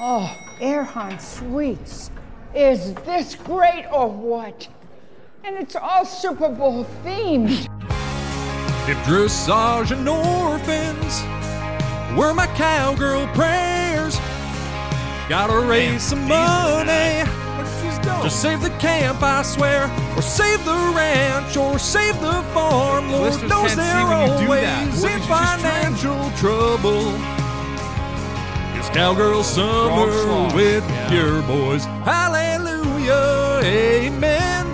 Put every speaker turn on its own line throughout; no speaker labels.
Oh, Erhan Sweets. Is this great or what? And it's all Super Bowl themed.
If dressage and orphans were my cowgirl prayers, gotta raise some money. Just save the camp, I swear, or save the ranch, or save the farm. Lord
Listeners
knows
can't see
they're
when you do that.
always in
What did you just try?
financial trouble. It's cowgirl summer
Wrong song.
with
Yeah.
your boys. Hallelujah, amen.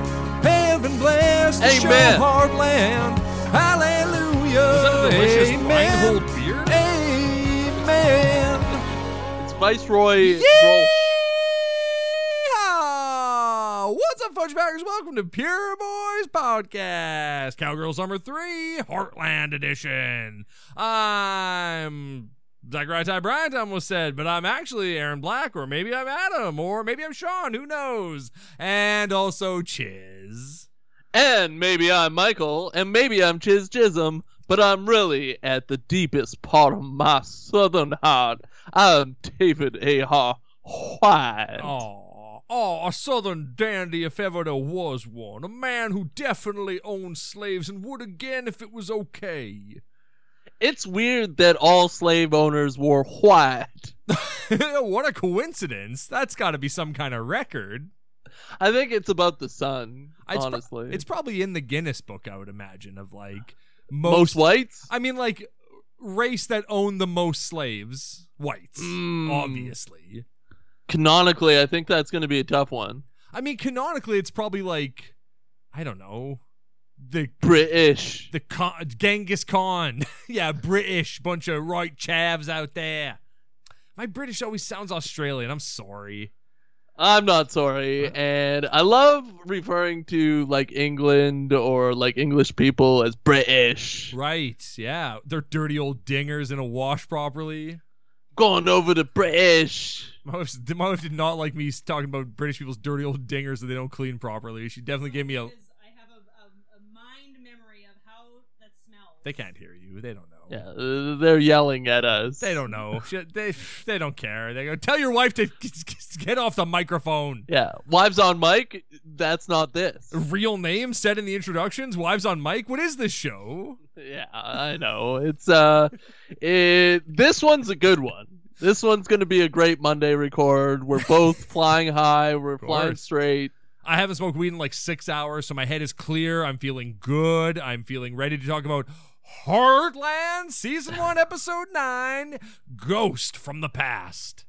Heaven bless the
Amen.
heartland. Hallelujah,
Was that a delicious
amen.
Reinhold beer?
Amen.
It's Viceroy Gross.
Yeehaw! What's up, Fudgebackers? Welcome to Pure Boys Podcast, Cowgirl Summer 3, Heartland Edition. I'm Zachary Ty Bryant, I almost said, but I'm actually Aaron Black, or maybe I'm Adam, or maybe I'm Sean, who knows? And also Chiz.
And maybe I'm Michael, and maybe I'm Chiz Chisholm, but I'm really at the deepest part of my southern heart. I'm David A. Har White.
Oh, oh, a southern dandy if ever there was one. A man who definitely owned slaves and would again if it was okay.
It's weird that all slave owners wore white.
what a coincidence. That's got to be some kind of record.
I think it's about the sun,
It's pro-
honestly.
It's probably in the Guinness book, I would imagine, of like
most
most,
whites?
I mean, like race that owned the most slaves, whites,
Mm.
obviously.
Canonically, I think that's going to be a tough one.
I mean, canonically, it's probably like I don't know the
British.
the Khan, Genghis Khan. yeah, British bunch of right chavs out there. My British always sounds Australian. I'm sorry.
I'm not sorry, and I love referring to like England or like English people as British.
Right? Yeah, they're dirty old dingers in a wash properly.
Going over to British.
My wife, my wife did not like me talking about British people's dirty old dingers that they don't clean properly. She definitely gave me a.
Because I have a, a, a mind memory of how that smells.
They can't hear you. They don't know.
Yeah, uh, they're yelling at us.
They don't know. She- they they don't care. They go tell your wife to get off the microphone.
Yeah, wives on mic. That's not this.
Real name said in the introductions. Wives on mic. What is this show?
Yeah, I know. It's uh, it. This one's a good one. This one's gonna be a great Monday record. We're both flying high. We're flying
course.
straight.
I haven't smoked weed in like six hours, so my head is clear. I'm feeling good. I'm feeling ready to talk about Heartland Season One, Episode Nine, Ghost from the Past.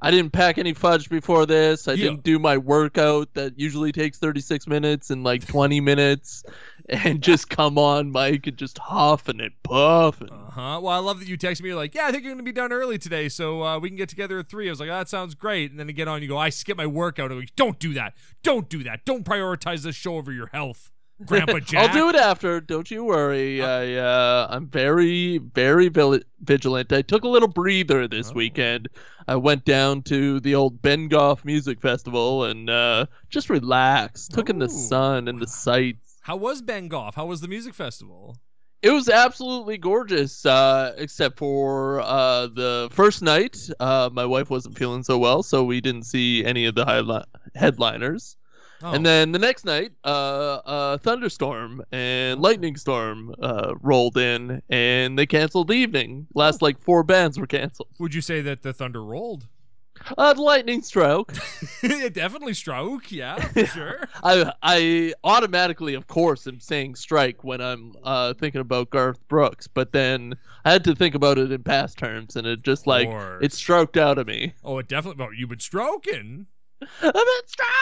I didn't pack any fudge before this. I
Yeah.
didn't do my workout that usually takes 36 minutes and like 20 minutes and just come on, Mike, and just huff and it puff. And...
Uh huh. Well, I love that you texted me. You're like, yeah, I think you're gonna be done early today, so uh, we can get together at three. I was like, oh, that sounds great. And then to get on, you go, I skip my workout. I go, don't do that. Don't do that. Don't prioritize this show over your health, Grandpa Jack.
I'll do it after. Don't you worry. I uh, I'm very very vil- vigilant. I took a little breather this
Oh.
weekend. I went down to the old Ben Goff Music Festival and uh, just relaxed. Took in
Ooh.
the sun and the sights.
How was Ben Goff? How was the music festival?
It was absolutely gorgeous, uh, except for uh, the first night. Uh, my wife wasn't feeling so well, so we didn't see any of the highli- headliners.
Oh.
And then the next night, uh, a thunderstorm and lightning storm uh, rolled in, and they canceled the evening. Last like four bands were canceled.
would you say that the thunder rolled?
Uh, the lightning stroke.
it definitely struck. Yeah, for sure.
I I automatically, of course, am saying strike when I'm uh, thinking about Garth Brooks, but then I had to think about it in past terms, and it just like
course.
it stroked out of me.
Oh, it definitely. Well, you've been stroking.
I've been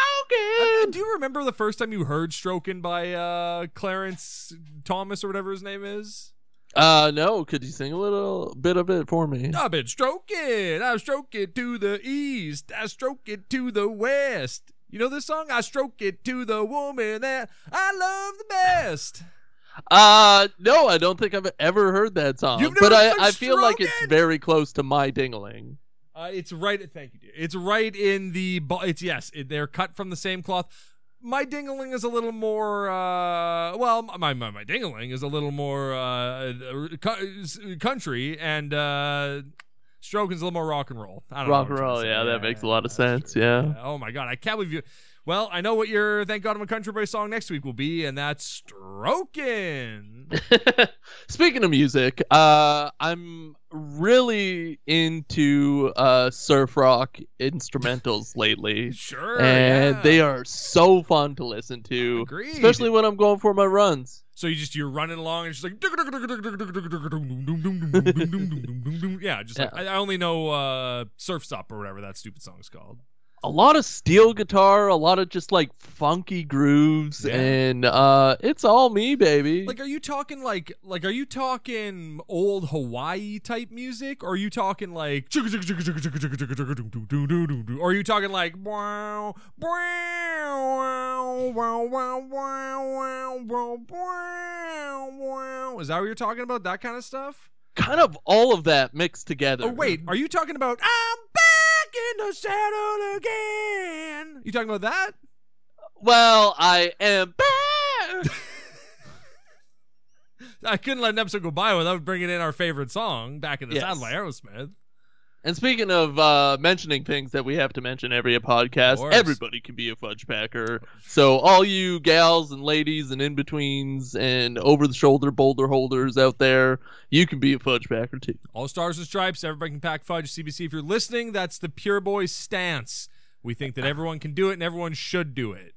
Uh,
stroking.
do you remember the first time you heard "Stroking" by uh, Clarence Thomas or whatever his name is?
Uh, no, could you sing a little bit of it for me?
I've been stroking. I stroke it to the east. I stroke it to the west. You know this song? I stroke it to the woman that I love the best.
Uh, no, I don't think I've ever heard that song.
You've
but
never
I,
been
I feel like it's
stroking?
very close to my dingling.
Uh, it's right. Thank you, dear. It's right in the. bu- It's yes. It, they're cut from the same cloth. My dingaling is a little more. Uh, well, my my my dingaling is a little more uh, uh, cou- country and uh, Strogan's a little more rock and roll. I don't know
Rock
what I'm trying
and
to
roll,
say.
yeah, that makes a lot of
yeah,
sense,
sure,
yeah.
Oh my god, I can't believe you. Well, I know what your "Thank God I'm a Country Boy" song next week will be, and that's Stroking.
Speaking of music, uh, I'm really into uh, surf rock instrumentals lately,
sure,
and
yeah.
they are so fun to listen to,
Agreed.
especially when I'm going for my runs.
So you just you're running along and it's just like yeah, just like, I, I only know uh, surf stop or whatever that stupid song's called.
A lot of steel guitar, a lot of just like funky grooves,
Yeah.
and uh, it's all me, baby.
Like, are you talking like like are you talking old Hawaii type music, or are you talking like or are you talking like wow wow wow wow wow wow wow wow? Is that what you're talking about? That kind of stuff?
kind of all of that mixed together.
Oh wait, are you talking about I'm back in the saddle again? You talking about that?
Well, I am back.
I couldn't let an episode go by without bringing in our favorite song, "Back in the
Yes.
Saddle" by Aerosmith.
And speaking of uh, mentioning things that we have to mention every
Of
podcast,
course.
everybody can be a fudge packer. So all you gals and ladies and in betweens and over the shoulder boulder holders out there, you can be a fudge packer too.
All stars and stripes, everybody can pack fudge. CBC, if you're listening, that's the pure boy stance. We think that everyone can do it and everyone should do it.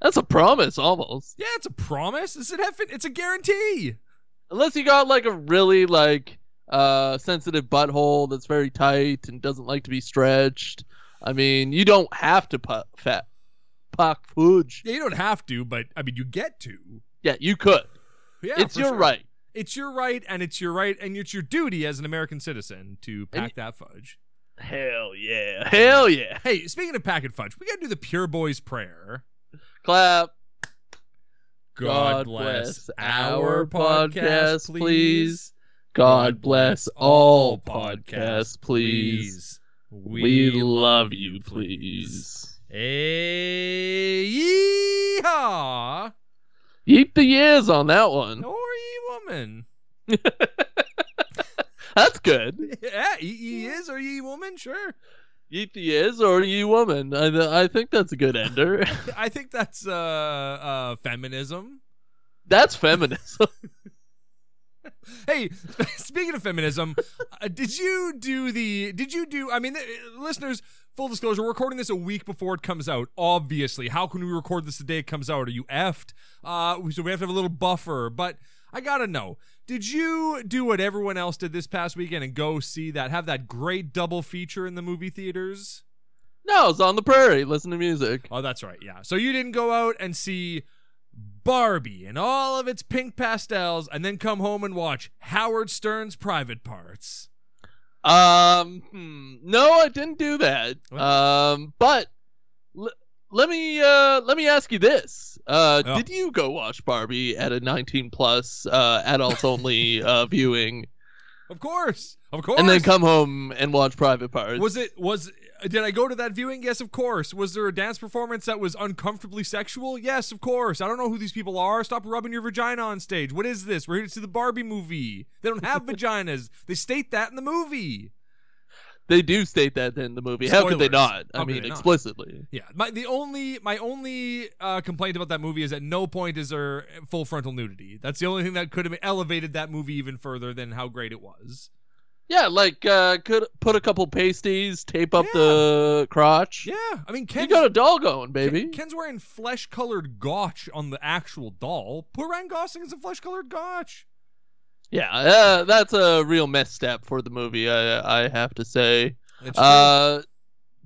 That's a promise almost.
Yeah, it's a promise. It's an effing, it's a guarantee.
Unless you got like a really like uh, sensitive butthole that's very tight and doesn't like to be stretched. I mean, you don't have to pu- fat pack fudge.
Yeah, you don't have to, but I mean, you get to.
Yeah, you could.
Yeah,
it's
for
your
sure.
right.
It's your right, and it's your right, and it's your duty as an American citizen to pack that fudge.
Hell yeah. Hell yeah.
Hey, speaking of packet fudge, we gotta do the pure boys prayer.
Clap.
God,
God
bless,
bless
our
our
podcast,
podcast,
please.
please. God bless all podcasts, please.
We,
We
love.
love you, please.
Hey, yeehaw!
Yeet the years on that one.
Or ye woman.
That's good.
Yeah, ye, ye is or ye woman, sure.
Yeet the years or ye woman. I, I think that's a good ender.
I think that's uh, uh feminism.
that's feminism.
Hey, speaking of feminism, uh, did you do the? Did you do? I mean, uh, listeners, full disclosure, we're recording this a week before it comes out. Obviously, how can we record this the day it comes out? Are you effed? Uh, so we have to have a little buffer. But I gotta know, did you do what everyone else did this past weekend and go see that? Have that great double feature in the movie theaters?
no, it's on the prairie. Listen to music.
Oh, that's right. Yeah. So you didn't go out and see Barbie and all of its pink pastels and then come home and watch Howard Stern's Private Parts.
Um, hmm. no, I didn't do that.
What?
Um, but l- let me uh, let me ask you this: uh,
Yeah.
Did you go watch Barbie at a 19 plus uh, adults only uh, viewing?
Of course. Of course.
and then come home and watch Private Parts.
was it was did I go to that viewing? Yes, of course. Was there a dance performance that was uncomfortably sexual? Yes, of course. I don't know who these people are. Stop rubbing your vagina on stage. What is this? We're here to see the Barbie movie. They don't have vaginas. They state that in the movie.
they do state that in the movie? How could they
Spoilers.
not? I
How could
mean,
they not?
explicitly.
Yeah, my the only my only uh, complaint about that movie is at no point is there full frontal nudity. That's the only thing that could have elevated that movie even further than how great it was.
Yeah, like uh, could put a couple pasties, tape up
Yeah.
the crotch.
Yeah, I mean,
you
Ken's,
got a doll going,
Ken-
baby.
Ken's wearing flesh-colored gotch on the actual doll. Poor Ryan Gosling is a flesh-colored gotch.
yeah, uh, that's a real misstep for the movie. I I have to say.
That's true.
Uh,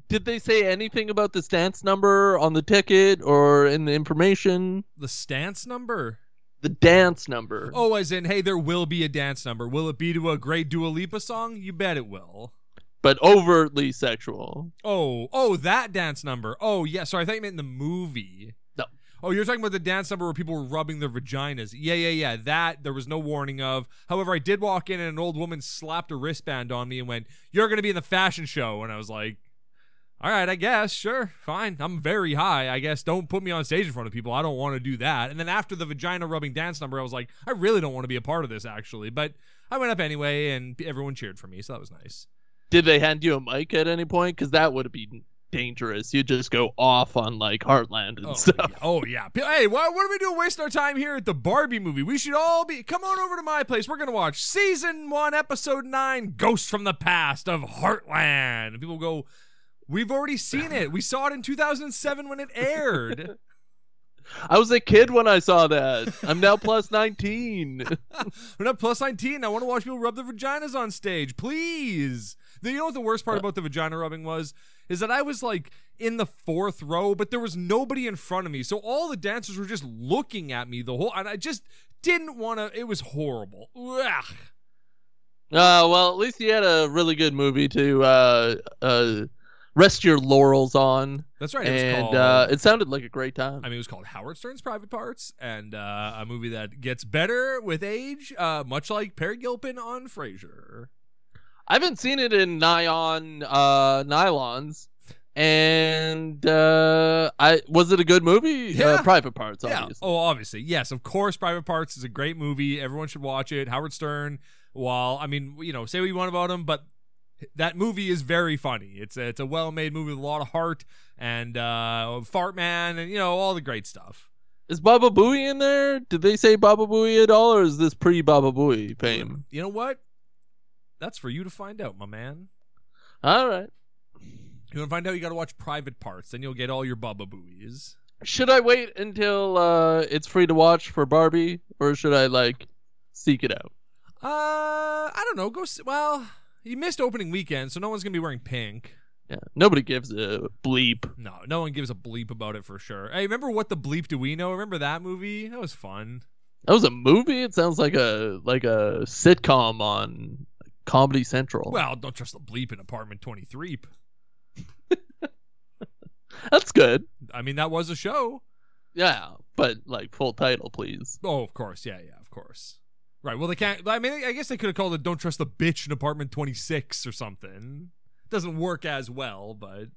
did they say anything about this dance number on the ticket or in the information?
the stance number.
The dance number.
Oh, as in, hey, there will be a dance number. Will it be to a great Dua Lipa song? You bet it will.
But overtly sexual.
Oh, oh, that dance number. Oh, yeah. Sorry, I thought you meant in the movie.
No.
Oh, you're talking about the dance number where people were rubbing their vaginas. Yeah, yeah, yeah. That there was no warning of. However, I did walk in and an old woman slapped a wristband on me and went, "You're going to be in the fashion show," and I was like. All right, I guess. Sure. Fine. I'm very high. I guess don't put me on stage in front of people. I don't want to do that. And then after the vagina rubbing dance number, I was like, I really don't want to be a part of this, actually. But I went up anyway, and everyone cheered for me, so that was nice.
Did they hand you a mic at any point? Because that would be dangerous. You just go off on like Heartland and
Oh,
stuff.
yeah. Oh, yeah. P- Hey, why, what are we doing wasting our time here at the Barbie movie? We should all be. Come on over to my place. We're going to watch season one, episode nine Ghosts from the Past of Heartland. And people go, We've already seen it. We saw it in 2007 when it aired.
I was a kid when I saw that. I'm now plus Uh, 19.
We're not plus 19. I want to watch people rub their vaginas on stage. Please. You know what the worst part about the vagina rubbing was? Is that I was like in the fourth row, but there was nobody in front of me. So all the dancers were just looking at me the whole and I just didn't want to it was horrible. Ugh.
Uh, well, at least you had a really good movie to uh, uh, rest your laurels on,
That's right. It was
and
called
uh, it sounded like a great time.
I mean, it was called Howard Stern's Private Parts, and uh, a movie that gets better with age, uh, much like Perry Gilpin on Frasier.
I haven't seen it in nylon uh, nylons, and uh, I was it a good movie?
Yeah.
Uh, Private Parts,
Yeah.
obviously.
Oh, obviously. Yes, of course. Private Parts is a great movie. Everyone should watch it. Howard Stern. While I mean, you know, say what you want about him, but that movie is very funny. It's a, it's a well made movie with a lot of heart and uh, Fart Man and you know all the great stuff.
Is Baba Booey in there? Did they say Baba Booey at all, or is this pre Baba Booey fame?
You know what? That's for you to find out, my man.
All right.
You want to find out? You got to watch Private Parts, then you'll get all your Bubba Booies.
Should I wait until uh, it's free to watch for Barbie, or should I like seek it out?
Uh, I don't know. Go s well. You missed opening weekend, so no one's gonna be wearing pink.
Yeah, nobody gives a bleep.
No, no one gives a bleep about it for sure. Hey, remember what the bleep do we know? Remember that movie? That was fun.
That was a movie. It sounds like a like a sitcom on Comedy Central.
Well, don't trust the bleep in Apartment Twenty Three.
that's good.
I mean, that was a show.
Yeah, but like full title, please.
Oh, of course. Yeah, yeah, of course. Right. Well, they can't. I mean, I guess they could have called it "Don't Trust the Bitch" in Apartment Twenty Six or something. Doesn't work as well, but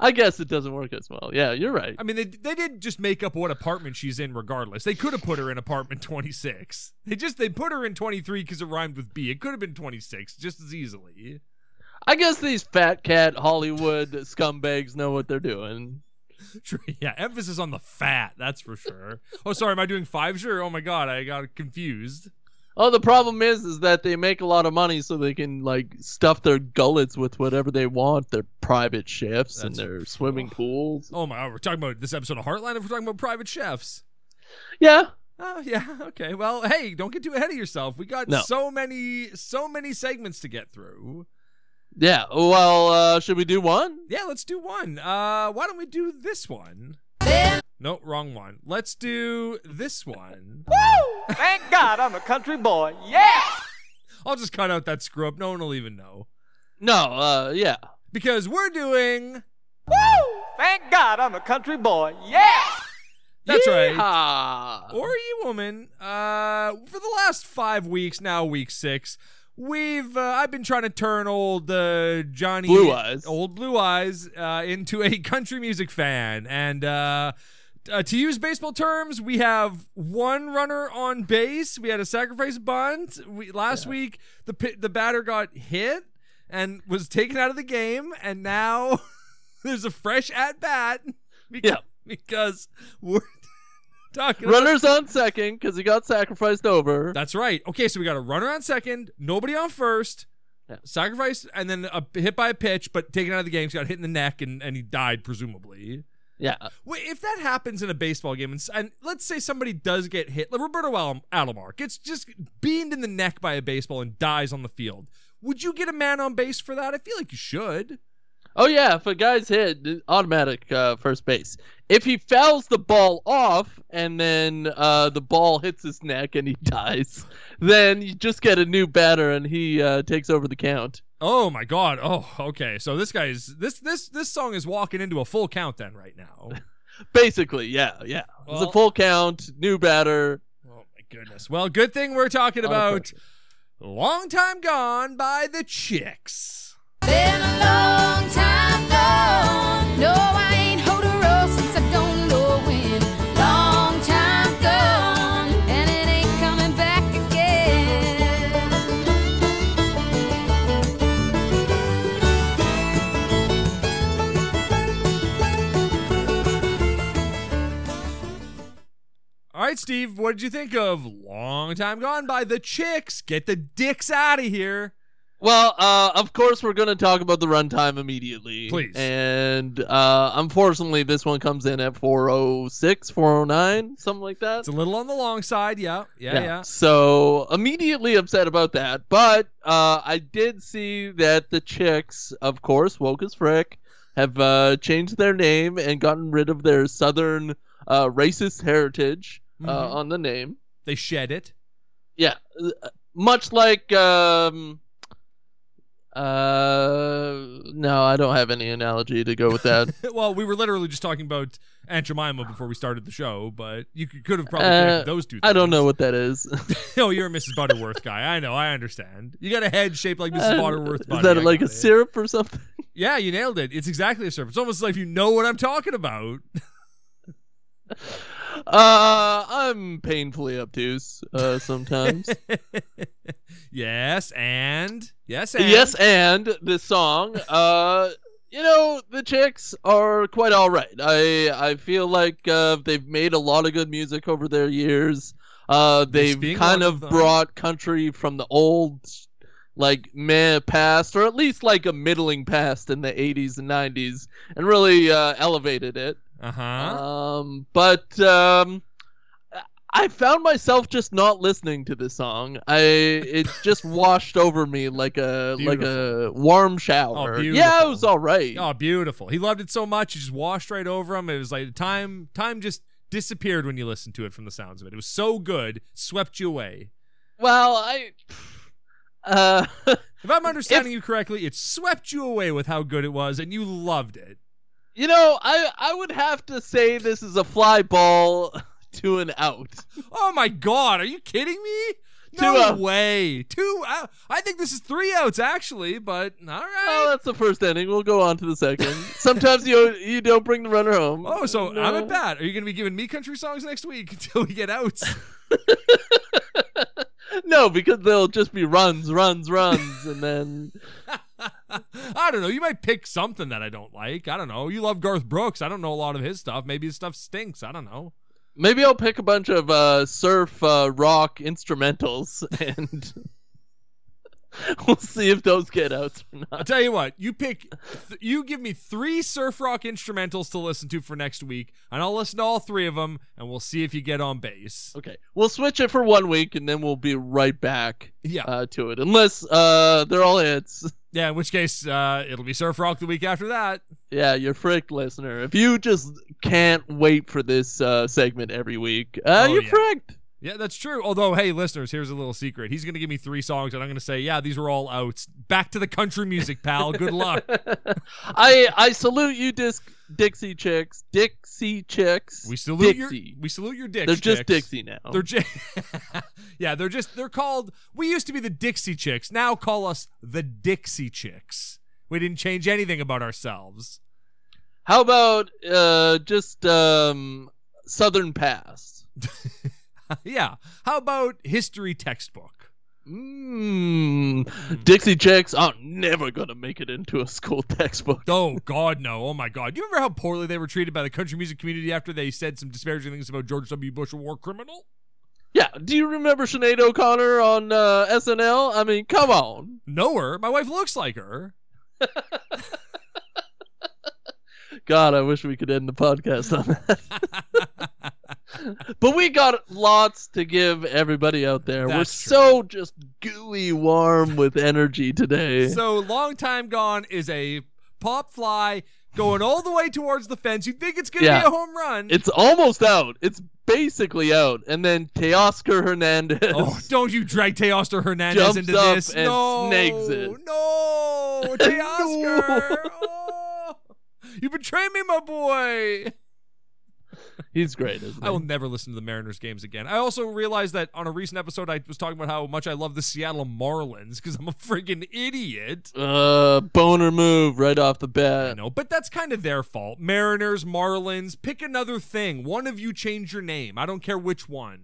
I guess it doesn't work as well. Yeah, you're right.
I mean, they they did just make up what apartment she's in, regardless. They could have put her in apartment twenty six. They just they put her in twenty three because it rhymed with B. It could have been twenty six just as easily.
I guess these fat cat Hollywood scumbags know what they're doing.
True. Yeah, emphasis on the fat. That's for sure. oh, sorry, am I doing five? Sure. Oh my god, I got confused.
Oh, the problem is, is that they make a lot of money, so they can like stuff their gullets with whatever they want. Their private chefs and
That's-
their swimming pools.
Oh my, god, we're talking about this episode of Heartland. If we're talking about private chefs.
Yeah,
Oh yeah. Okay. Well, hey, don't get too ahead of yourself. We got
No.
so many, so many segments to get through.
yeah. Well, uh, should we do one?
Yeah, let's do one. Uh, why don't we do this one? No, wrong one. Let's do this one.
Thank God I'm a country boy. Yeah!
I'll just cut out that screw up. No one will even know
No. Uh, yeah.
because we're doing.
Thank God I'm a country boy. Yeah!
That's right.
Yeehaw!
Or you woman. Uh, for the last five weeks, now week six, we've uh, I've been trying to turn old uh, Johnny
Blue Eyes.
old Blue Eyes, uh, into a country music fan, and. Uh, uh, to use baseball terms, we have one runner on base. We had a sacrifice bunt. We, last week, the pi- the batter got hit and was taken out of the game, and now there's a fresh at bat.
Yeah.
because we're talking. about-
Runners on second because he got sacrificed over.
That's right. Okay, so we got a runner on second, nobody on first.
Yeah.
Sacrifice and then a hit by a pitch, but taken out of the game. He got hit in the neck and, and he died, presumably.
yeah.
Wait, if that happens in a baseball game, and, s- and let's say somebody does get hit, like Roberto Al- Alomar gets just beamed in the neck by a baseball and dies on the field, would you get a man on base for that? I feel like you should.
Oh yeah, if a guy's hit, automatic uh, first base. If he fouls the ball off and then uh, the ball hits his neck and he dies, then you just get a new batter and he uh, takes over the count.
Oh my god. Oh, okay. So this guy's this this this song is walking into a full count then right now.
Basically, yeah, yeah. it's
Well-
a full count, new batter.
Oh my goodness. Well, good thing we're talking
Lot of
about Long Time Gone by the Chicks.
Been a long time gone. No, I ain't hold a roll since I don't know when. Long time gone, and it ain't coming back again.
right, Steve, what did you think of Long Time Gone by the Chicks? Get the dicks out of here.
Well, uh, of course, we're going to talk about the runtime immediately.
Please.
And uh, unfortunately, this one comes in at 406, 409, something like that.
It's a little on the long side. Yeah. Yeah. Yeah.
So immediately upset about that, but uh, I did see that the chicks, of course, woke as frick, have uh, changed their name and gotten rid of their southern uh, racist heritage
Mhm.
uh, on the name.
They shed it.
Yeah, uh, much like. Um, uh, no, I don't have any analogy to go with that.
well, we were literally just talking about Aunt Jemima before we started the show, but you could, could have probably
Uh,
connected those two.
I don't
things.
know what that is.
oh, you're a Mrs. Butterworth guy. I know. I understand. You got a head shaped like Mrs. Butterworth.
Uh, is
Bunny.
that
I
like a
got it.
syrup or something?
Yeah, you nailed it. It's exactly a syrup. It's almost like you know what I'm talking about.
Uh, I'm painfully obtuse uh, sometimes.
yes, and yes, and
yes, and this song. Uh, you know the chicks are quite all right. I I feel like uh, they've made a lot of good music over their years. Uh,
This
they've
being
kind
one of
of
them.
brought country from the old, like meh past, or at least like a middling past in the '80s and '90s, and really uh, elevated it.
Uh huh.
Um, but um, I found myself just not listening to this song. I it just washed over me like a like a warm shower.
Oh,
yeah, it was
beautiful.
all right.
oh, beautiful. He loved it so much. It just washed right over him. It was like time. Time just disappeared when you listened to it from the sounds of it. It was so good, swept you away.
Well, I. Uh,
If I'm understanding you correctly, it swept you away with how good it was, and you loved it.
you know, I I would have to say this is a fly ball to an out.
Oh my god, are you kidding me?
Two
No
outs.
way. Two out. I think this is three outs actually, but all
Well,
right.
that's the first inning. We'll go on to the second. Sometimes you you don't bring the runner home.
oh, so
No.
I'm at bat. Are you going to be giving me country songs next week until we get outs?
no, because they'll just be runs, runs, runs, and then
I don't know. You might pick something that I don't like. I don't know. You love Garth Brooks. I don't know a lot of his stuff. Maybe his stuff stinks. I don't know.
Maybe I'll pick a bunch of uh, surf uh, rock instrumentals and we'll see if those get out or
I'll
not.
tell you what. You pick. Th- you give me three surf rock instrumentals to listen to for next week, and I'll listen to all three of them, and we'll see if you get on base.
Okay, we'll switch it for one week and then we'll be right back
Yeah.
uh, to it, unless uh, they're all hits.
Yeah, in which case, uh, it'll be surf rock the week after that.
Yeah, you're fricked, listener. If you just can't wait for this uh, segment every week, uh,
Oh,
you're
yeah.
fricked.
Yeah, that's true. Although, hey, listeners, here's a little secret. He's going to give me three songs, and I'm going to say, yeah, these were all outs. Back to the country music, pal. Good luck.
I I salute you, Dis- Dixie chicks, Dixie chicks.
We salute
Dixie.
your, we salute your dicks.
They're
chicks.
just Dixie now.
They're just, yeah, they're just, they're called. We used to be the Dixie Chicks. Now call us the Dixie Chicks. We didn't change anything about ourselves.
How about uh, just um, Southern Pass?
yeah. How about history textbook?
Mmm. Dixie chicks are never gonna make it into a school textbook.
Oh God, no! Oh my God! Do you remember how poorly they were treated by the country music community after they said some disparaging things about George W. Bush, a war criminal?
Yeah. Do you remember Sinead O'Connor on uh, SNL? I mean, come on.
Know her? My wife looks like her.
God, I wish we could end the podcast on that. but we got lots to give everybody out there. We're
That's true.
so just gooey warm with energy today.
So long time gone is a pop fly going all the way towards the fence. You think it's gonna
Yeah.
be a home run?
it's almost out. It's basically out. And then Teoscar Hernandez.
Oh, don't you drag Teoscar Hernandez
Jumps
into
up
this?
and
no,
snags it.
no, Teoscar. oh, you betrayed me, my boy.
He's great, isn't he?
I will never listen to the Mariners games again. I also realized that on a recent episode, I was talking about how much I love the Seattle Marlins because I'm a friggin' idiot.
Uh, boner move right off the
I
bat.
know, but that's kind of their fault. Mariners, Marlins, pick another thing. One of you change your name. I don't care which one.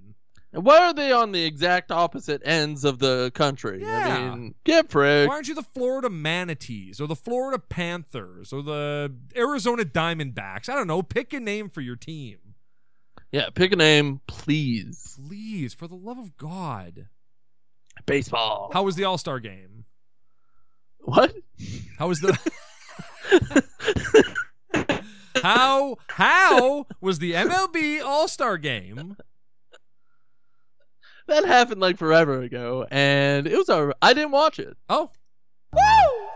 And Why are they on the exact opposite ends of the country?
Yeah.
I mean, get frick.
Why aren't you the Florida Manatees or the Florida Panthers or the Arizona Diamondbacks? I don't know. Pick a name for your team.
Yeah, pick a name, please.
Please, for the love of God.
Baseball.
How was the All Star game?
what?
How was the. how how was the MLB All Star game?
That happened like forever ago, and it was over. I didn't watch it.
Oh,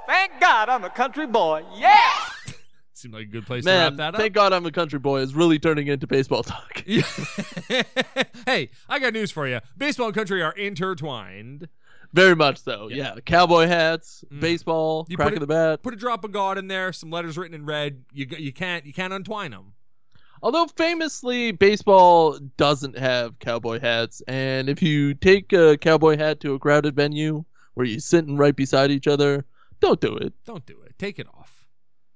Thank God I'm a country boy. Yeah.
seemed like a good place
Man,
to wrap that up.
thank God I'm a country boy. It's really turning into baseball talk.
Yeah. hey, I got news for you. Baseball and country are intertwined.
Very much so. Yeah, cowboy hats, baseball,
Mm. You
crack
put
of the
it-
bat.
Put a drop of God in there, some letters written in red. You g- you can't you can't untwine them.
Although famously, baseball doesn't have cowboy hats, and if you take a cowboy hat to a crowded venue where you're sitting right beside each other, don't do it.
Don't do it. Take it off.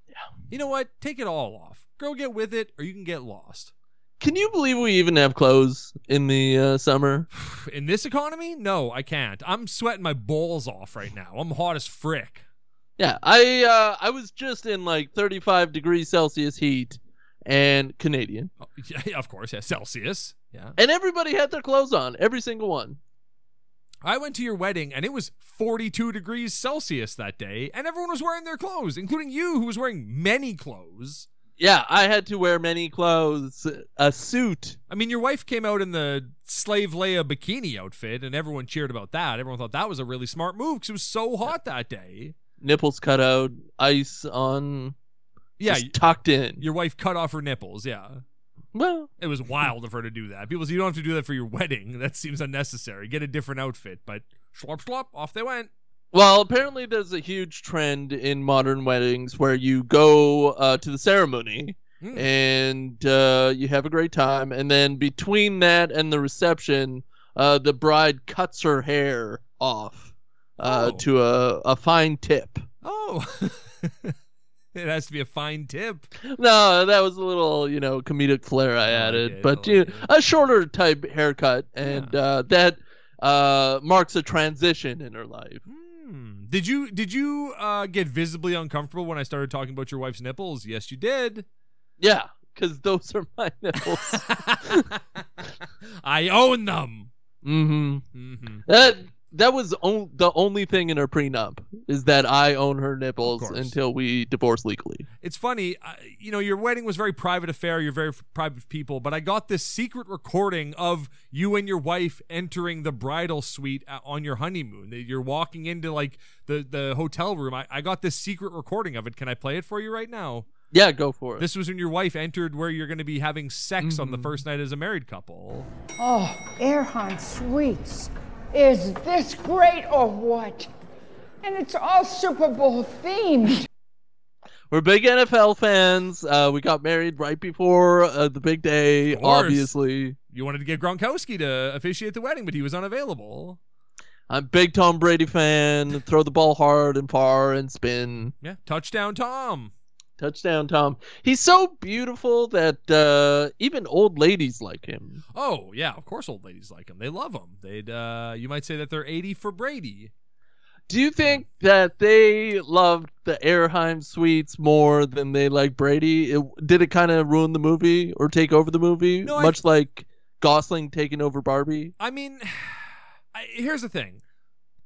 Yeah. You know what? Take it all off. Go get with it, or you can get lost.
Can you believe we even have clothes in the uh, summer?
In this economy, no, I can't. I'm sweating my balls off right now. I'm hot as frick.
Yeah, I uh, I was just in like 35 degrees Celsius heat and Canadian,
Oh, yeah, of course, yeah, Celsius. Yeah.
and everybody had their clothes on, every single one.
I went to your wedding and it was 42 degrees Celsius that day, and everyone was wearing their clothes, including you, who was wearing many clothes.
Yeah, I had to wear many clothes, a suit.
I mean, your wife came out in the slave Leia bikini outfit, and everyone cheered about that. Everyone thought that was a really smart move because it was so hot that day.
nipples cut out, ice on,
Yeah,
just
y-
tucked in.
your wife cut off her nipples. Yeah,
well,
it was wild of her to do that. People say you don't have to do that for your wedding. That seems unnecessary. Get a different outfit. But schlop schlop, off they went.
well, apparently there's a huge trend in modern weddings where you go uh, to the ceremony
Mm.
and uh, you have a great time, and then between that and the reception, uh, the bride cuts her hair off uh,
Oh.
to a, a fine tip.
Oh, it has to be a fine tip.
No, that was a little, you know, comedic flair I
like
added,
it, Oh, I
but
like
you know,
it.
a shorter type haircut, and uh, that uh, marks a transition in her life.
Hmm. Did you did you uh, get visibly uncomfortable when I started talking about your wife's nipples? Yes, you did.
Yeah, because those are my nipples.
I own them.
hmm
hmm
That that was on- the only thing in her prenup is that I own her nipples
course.
until we divorce legally.
It's funny, I, you know, your wedding was very private affair. You're very f- private people, but I got this secret recording of you and your wife entering the bridal suite uh, on your honeymoon. That You're walking into like the the hotel room. I, I got this secret recording of it. Can I play it for you right now?
Yeah, go for it.
This was when your wife entered where you're going to be having sex on the first night as a married couple.
Oh, Erhan Sweets, is this great or what? And it's all Super Bowl themed.
We're big NFL fans. Uh, we got married right before uh, the big day,
Of course.
obviously.
You wanted to get Gronkowski to officiate the wedding, but he was unavailable.
I'm a big Tom Brady fan. Throw the ball hard and far and spin.
Yeah, touchdown, Tom.
Touchdown, Tom. He's so beautiful that uh, even old ladies like him.
Oh yeah, of course, old ladies like him. They love him. They'd uh, you might say that they're eighty for Brady.
Do you think that they loved the Airheim Suites more than they like Brady? It, did it kind of ruin the movie or take over the movie?
No, I-
Much like Gosling taking over Barbie?
I mean, I, here's the thing.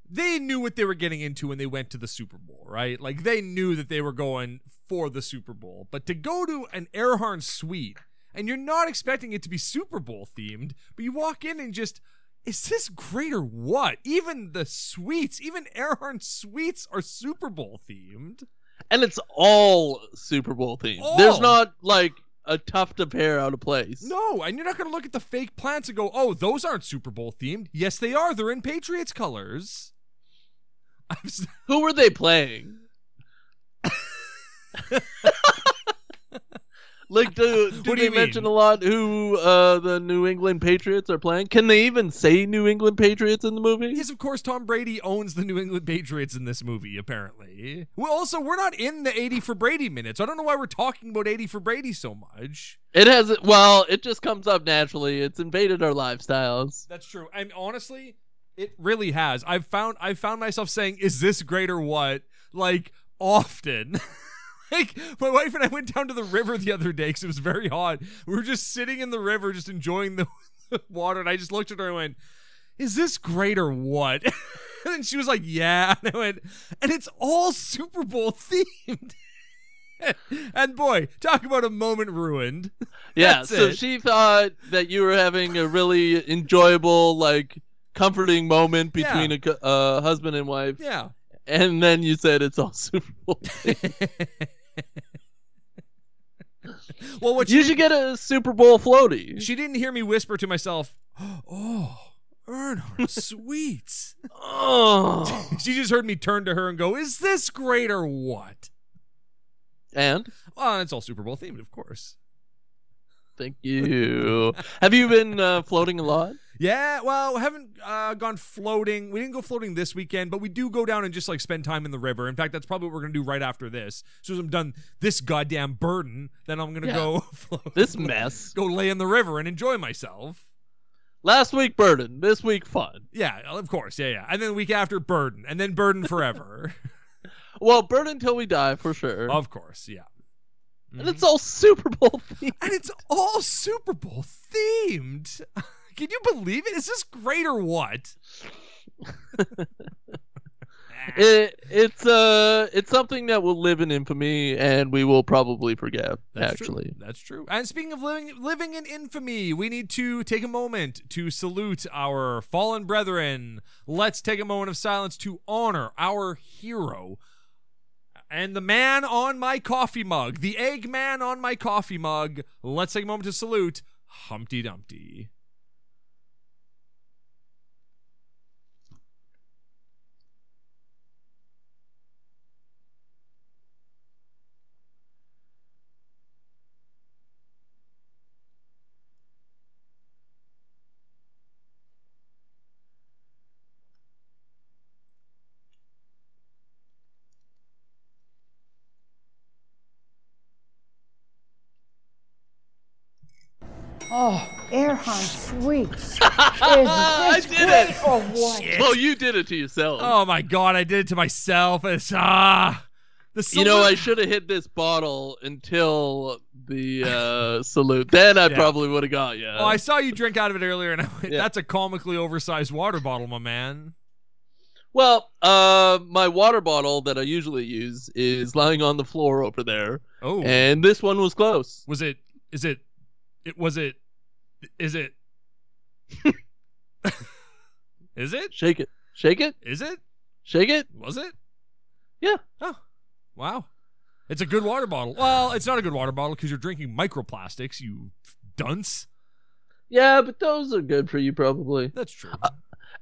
They knew what they were getting into when they went to the Super Bowl, right? Like they knew that they were going for the Super Bowl. But to go to an Airhorn suite and you're not expecting it to be Super Bowl themed, but you walk in and just is this great or what? Even the suites, even Airhorn suites are Super Bowl themed.
And it's all Super Bowl themed.
All.
There's not like a tuft of hair out of place.
No, and you're not going to look at the fake plants and go, "Oh, those aren't Super Bowl themed." Yes, they are. They're in Patriots colors. I'm s-
Who were they playing? like, do, do
What do
they
you
mention
mean?
a lot who uh, the New England Patriots are playing? Can they even say New England Patriots in the movie?
yes, of course, Tom Brady owns the New England Patriots in this movie. Apparently, well, also we're not in the 80 for Brady minutes. I don't know why we're talking about 80 for Brady so much.
It has well, it just comes up naturally. It's invaded our lifestyles.
That's true. And honestly, it really has. I've found I've found myself saying, "Is this great or what?" Like often. Like my wife and I went down to the river the other day because it was very hot. We were just sitting in the river, just enjoying the water, and I just looked at her and went, "Is this great or what?" and she was like, "Yeah." And I went, "And it's all Super Bowl themed." and boy, talk about a moment ruined.
Yeah,
That's
so
it.
she thought that you were having a really enjoyable, like, comforting moment
Yeah.
between a cou- uh, husband and wife,
Yeah.
and then you said it's all Super Bowl.
Well, what she,
you should get a Super Bowl floaty.
she didn't hear me whisper to myself, "Oh, Earnhardt Sweets."
oh.
She just heard me turn to her and go, "Is this great or what?"
and
Well, it's all Super Bowl themed, of course.
thank you. Have you been uh, floating a lot?
Yeah, well, we haven't uh, gone floating. We didn't go floating this weekend, but we do go down and just like spend time in the river. In fact, that's probably what we're gonna do right after this. As soon as I'm done this goddamn burden, then I'm gonna
Yeah.
go float,
This mess.
go lay in the river and enjoy myself.
Last week burden, this week fun.
Yeah, of course. Yeah, yeah. And then the week after, burden, and then burden forever.
Well, burden till we die for sure.
of course. Yeah.
And
mm-hmm.
it's all Super Bowl themed.
And it's all Super Bowl themed. Can you believe it? Is this great or what?
It, it's uh it's something that will live in infamy and we will probably forget actually.
true. that's true. And speaking of living living in infamy, we need to take a moment to salute our fallen brethren. Let's take a moment of silence to honor our hero and the man on my coffee mug, the egg man on my coffee mug. Let's take a moment to salute Humpty Dumpty.
Oh, Erhan Sweets. Is
I
this
did
great
it.
or what?
Well, you did it to yourself.
Oh my god, I did it to myself. It's ah the
you know,
salute-
I should have hit this bottle until the uh, salute. Then I
Yeah.
probably would have got you.
Oh, I saw you drink out of it earlier, and I went,
Um, Yeah.
that's a comically oversized water bottle, my man.
Well, uh, my water bottle that I usually use is lying on the floor over there,
Oh,
and this one was close.
was it? Is it? It was it? Is it? is it?
Shake it, shake it,
Is it?
shake it.
Was it?
Yeah.
Oh, wow. It's a good water bottle. Well, it's not a good water bottle because you're drinking microplastics. You dunce.
Yeah, but those are good for you probably.
That's true.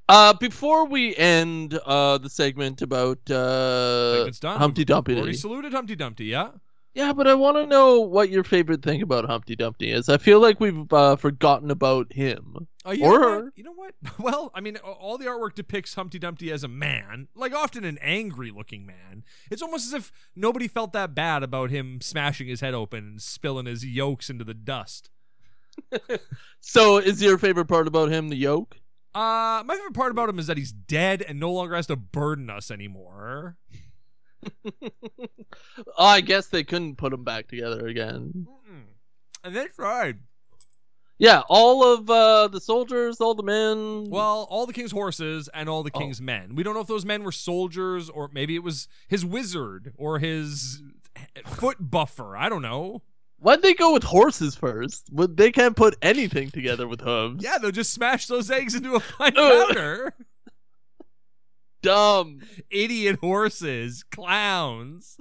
Uh, before we end uh the segment about uh
Segment's done.
Humpty
Already
Dumpty.
saluted Humpty Dumpty. Yeah.
Yeah, but I want to know what your favorite thing about Humpty Dumpty is. I feel like we've uh, forgotten about him.
Oh, you know
Or
what?
her.
You know what? Well, I mean, a- all the artwork depicts Humpty Dumpty as a man, like often an angry-looking man. It's almost as if nobody felt that bad about him smashing his head open and spilling his yolks into the dust.
So, is your favorite part about him the yolk?
Uh, my favorite part about him is that he's dead and no longer has to burden us anymore.
Oh, I guess they couldn't put him back together again.
Mm-mm. And that's right.
Yeah, all of uh, the soldiers, all the men.
Well, all the king's horses and all the king's men. We don't know if those men were soldiers or maybe it was his wizard or his foot buffer. I don't know.
why'd they go with horses first? Would they can't put anything together with hooves.
Yeah, they'll just smash those eggs into a fine
Ugh.
powder.
dumb.
Idiot horses, clowns.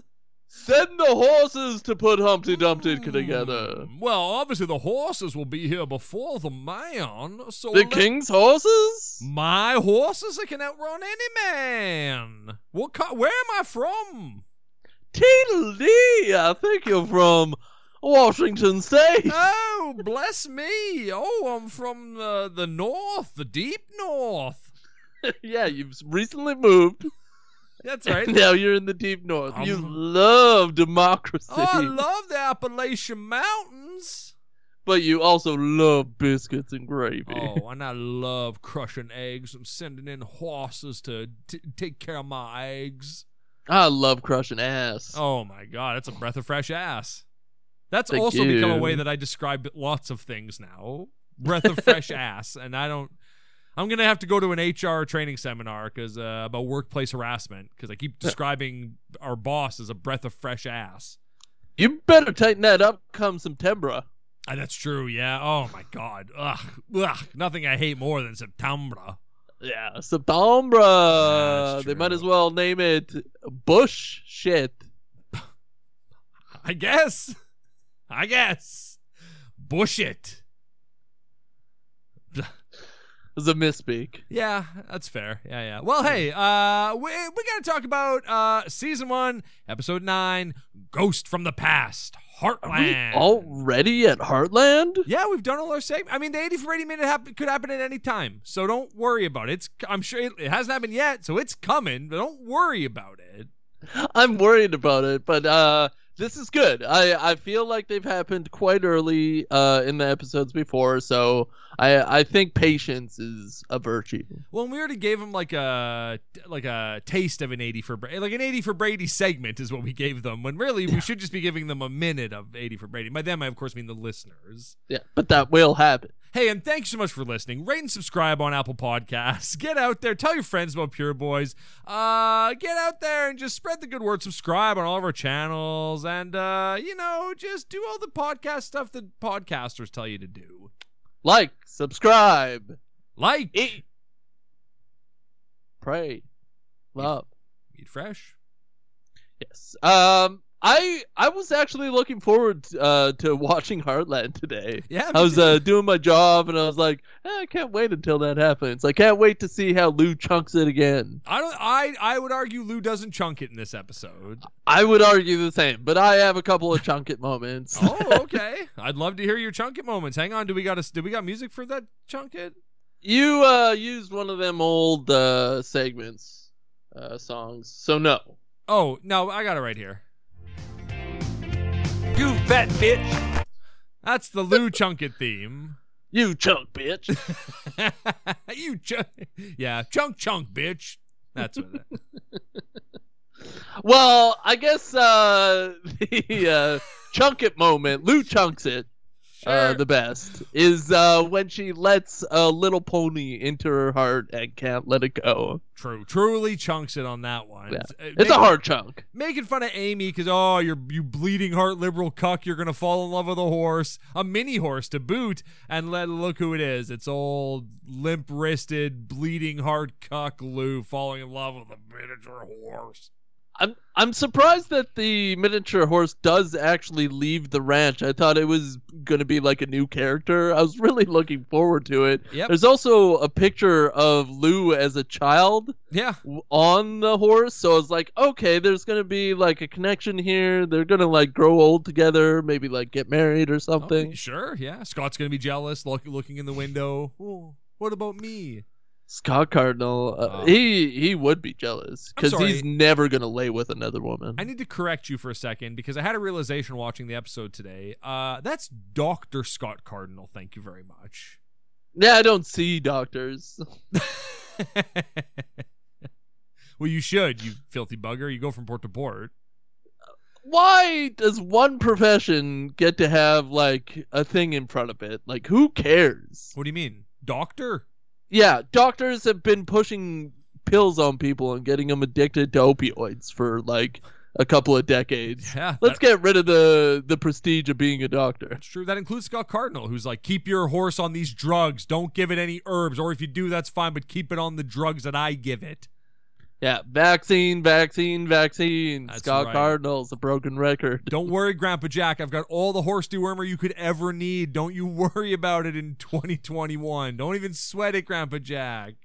Send the horses to put Humpty Dumpty together.
Hmm, Well, obviously the horses will be here before the man. So
The
let-
king's horses?
my horses that can outrun any man. What? Co- where am I from?
Tiddly, I think you're from Washington State.
oh, bless me! Oh, I'm from uh, the north, the deep north.
yeah, you've recently moved.
That's right.
And now you're in the deep north. you
Um,
love democracy,
Oh, I love the Appalachian Mountains.
but you also love biscuits and gravy.
Oh, and I love crushing eggs and sending in horses to t- take care of my eggs.
I love crushing ass.
Oh my god, that's a breath of fresh ass. That's
Thank
also become a way
you.
that I describe lots of things now. Breath of fresh ass, and I don't. I'm gonna have to go to an HR training seminar because uh, about workplace harassment because I keep describing our boss as a breath of fresh ass.
You better tighten that up come September.
Ah, that's true, yeah. Oh my god, ugh, ugh, nothing I hate more than September.
Yeah, September.
That's
They might
true.
as well name it Bush shit.
I guess. I guess. Bush it.
It's a misspeak.
Yeah, that's fair. Yeah, yeah. Well, hey, uh, we we gotta talk about uh season one, episode nine, Ghost from the Past,
Are we
Heartland.
already at Heartland?
yeah, we've done all our segments. I mean, the eighty for eighty minute hap- could happen at any time, so don't worry about it. It's I'm sure it, it hasn't happened yet, so it's coming. But don't worry about it.
I'm worried about it, but uh, this is good. I, I feel like they've happened quite early uh, in the episodes before, so I I think patience is a virtue.
Well, and we already gave him like a like a taste of an eighty for Bra- like an eighty for Brady segment is what we gave them. When really we should just be giving them a minute of eighty for Brady. By them, I of course mean the listeners.
Yeah, but that will happen.
Hey, and thanks so much for listening. Rate and subscribe on Apple Podcasts. Get out there, tell your friends about Pure Boys. Uh, get out there and just spread the good word. Subscribe on all of our channels, and uh, you know, just do all the podcast stuff that podcasters tell you to do.
Like, subscribe,
Like
eat, pray, love.
eat fresh.
Yes. Um, I I was actually looking forward uh, to watching Heartland today.
Yeah, me
I was
too.
uh, doing my job, and I was like, eh, I can't wait until that happens. I can't wait to see how Lou chunks it again.
I don't. I I would argue Lou doesn't chunk it in this episode.
I would argue the same, but I have a couple of chunk it moments.
Oh, okay. I'd love to hear your chunk it moments. Hang on. Do we got a do we got music for that chunk it?
You uh, used one of them old uh, segments, uh, songs, so no.
Oh no, I got it right here.
You fat bitch.
That's the Lou chunk it theme.
You chunk bitch.
you chunk, yeah, chunk chunk, bitch. That's what. It,
well, I guess uh, the uh, chunk it moment, Lou chunks it uh,
Sure.
the best, is uh, when she lets a little pony into her heart and can't let it go.
true, truly chunks it on that one.
Yeah.
uh,
It's a
make-
hard chunk.
making fun of Amy because oh, you're you bleeding heart liberal cuck. You're gonna fall in love with a horse, a mini horse to boot, and let look who it is. It's old limp wristed bleeding heart cuck Lou falling in love with a miniature horse.
I'm I'm surprised that the miniature horse does actually leave the ranch. I thought it was gonna be like a new character. I was really looking forward to it.
Yep.
There's also a picture of Lou as a child
Yeah,
w- on the horse, so I was like, okay, there's gonna be like a connection here. They're gonna like grow old together, maybe like get married or something.
Oh, sure. Yeah, Scott's gonna be jealous, look, looking in the window. Oh, what about me?
Scott Cardinal, uh,
Oh.
he he would be jealous
I'm
because
sorry.
he's never gonna lay with another woman.
I need to correct you for a second because I had a realization watching the episode today. Uh, that's Doctor Scott Cardinal. Thank you very much.
yeah, I don't see doctors.
well, you should, you filthy bugger. You go from port to port.
why does one profession get to have like a thing in front of it? Like who cares?
What do you mean, doctor?
Yeah, doctors have been pushing pills on people and getting them addicted to opioids for like a couple of decades.
Yeah,
Let's
that-
get rid of the the prestige of being a doctor.
That's true. That includes Scott Cardinal, who's like, keep your horse on these drugs. Don't give it any herbs, or if you do, that's fine, but keep it on the drugs that I give it.
Yeah, vaccine, vaccine, vaccine.
That's
Scott
right.
Cardinal's a broken record.
Don't worry, Grandpa Jack. I've got all the horse dewormer you could ever need. Don't you worry about it in 2021. Don't even sweat it, Grandpa Jack.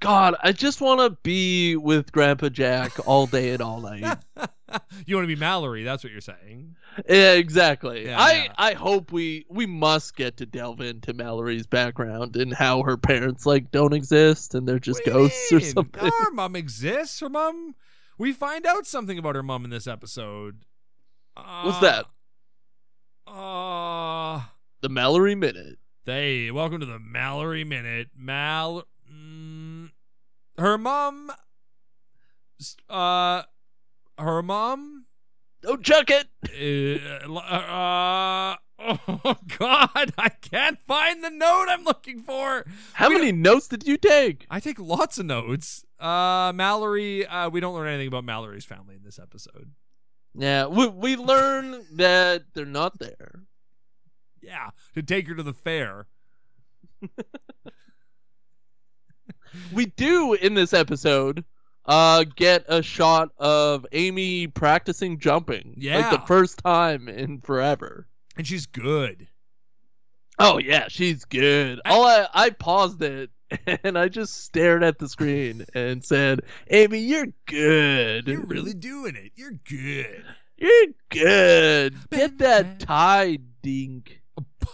God, I just want to be with Grandpa Jack all day and all night.
you want to be Mallory? That's what you're saying.
Yeah, exactly.
Yeah,
I
yeah.
I hope we we must get to delve into Mallory's background and how her parents like don't exist and they're just
What do you
ghosts or
mean?
something.
No, her mom exists. Her mom. We find out something about her mom in this episode. Uh,
What's that?
Uh,
The Mallory minute.
they welcome to the Mallory Minute. Mal, mm, her mom, s- uh, her mom.
Don't chuck it.
Uh, uh, oh God, I can't find the note I'm looking for.
How many notes did you take?
I take lots of notes. Uh, Mallory, uh, we don't learn anything about Mallory's family in this episode.
Yeah, we, we learn that they're not there.
Yeah, to take her to the fair.
We do in this episode uh get a shot of Amy practicing jumping. Like
Yeah.
the first time in forever.
And she's good.
Oh yeah, she's good.
I-
All I, I paused it and I just stared at the screen and said, Amy, you're good.
You're really doing it. You're good.
You're good. Get that tie dink.
Oh,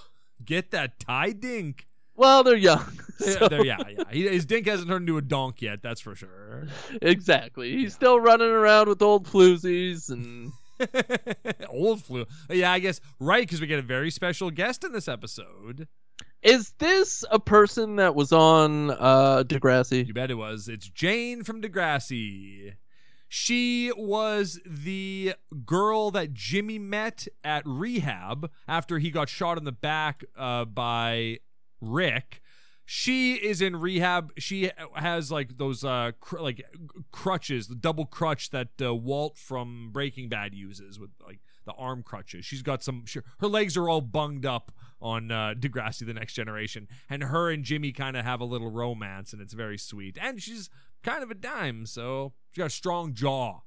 Get that tie dink.
Well, they're young.
Yeah,
so-
there, yeah, yeah. He, his dink hasn't turned into a donk yet, that's for sure.
Exactly. He's still running around with old floozies and
Old flu. Yeah, I guess right because we get a very special guest in this episode.
Is this a person that was on uh
You
Degrassi?
bet it was. It's Jane from Degrassi. She was the girl that Jimmy met at rehab after he got shot in the back uh, by Rick. She is in rehab. She has like those uh cr- like crutches, the double crutch that uh, Walt from Breaking Bad uses with like the arm crutches. She's got some. She, her legs are all bunged up on uh, Degrassi: The Next Generation, and her and Jimmy kind of have a little romance, and it's very sweet. And she's kind of a dime, so she got a strong jaw.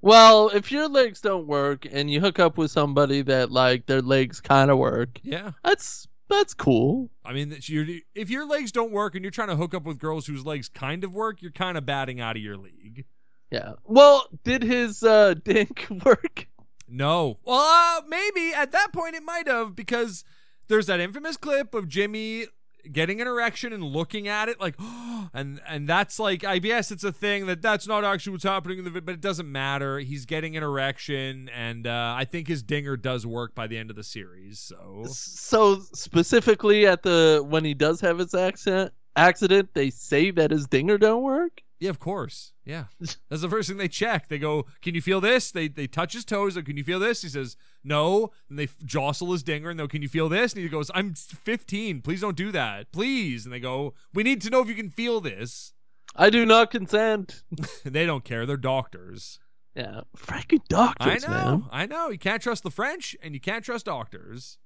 Well, if your legs don't work and you hook up with somebody that like their legs kind of work,
Yeah,
that's that's cool.
I mean, that's- you're- if your legs don't work and you're trying to hook up with girls whose legs kind of work, you're kind of batting out of your league.
Yeah. Well, did his uh dink work?
No. Well, uh, maybe at that point it might have because there's that infamous clip of Jimmy getting an erection and looking at it like and and that's like IBS it's a thing that that's not actually what's happening in the vid- but it doesn't matter he's getting an erection and uh, I think his dinger does work by the end of the series so
So specifically at the when he does have his accident accident, they say that his dinger don't work.
yeah of course yeah that's the first thing they check they go can you feel this they they touch his toes like can you feel this he says no and they f- jostle his dinger and they go can you feel this and he goes I'm 15 please don't do that please and they go we need to know if you can feel this
I do not consent.
and they don't care they're doctors
Yeah, freaking doctors,
I know,
man.
I know. You can't trust the French, and you can't trust doctors.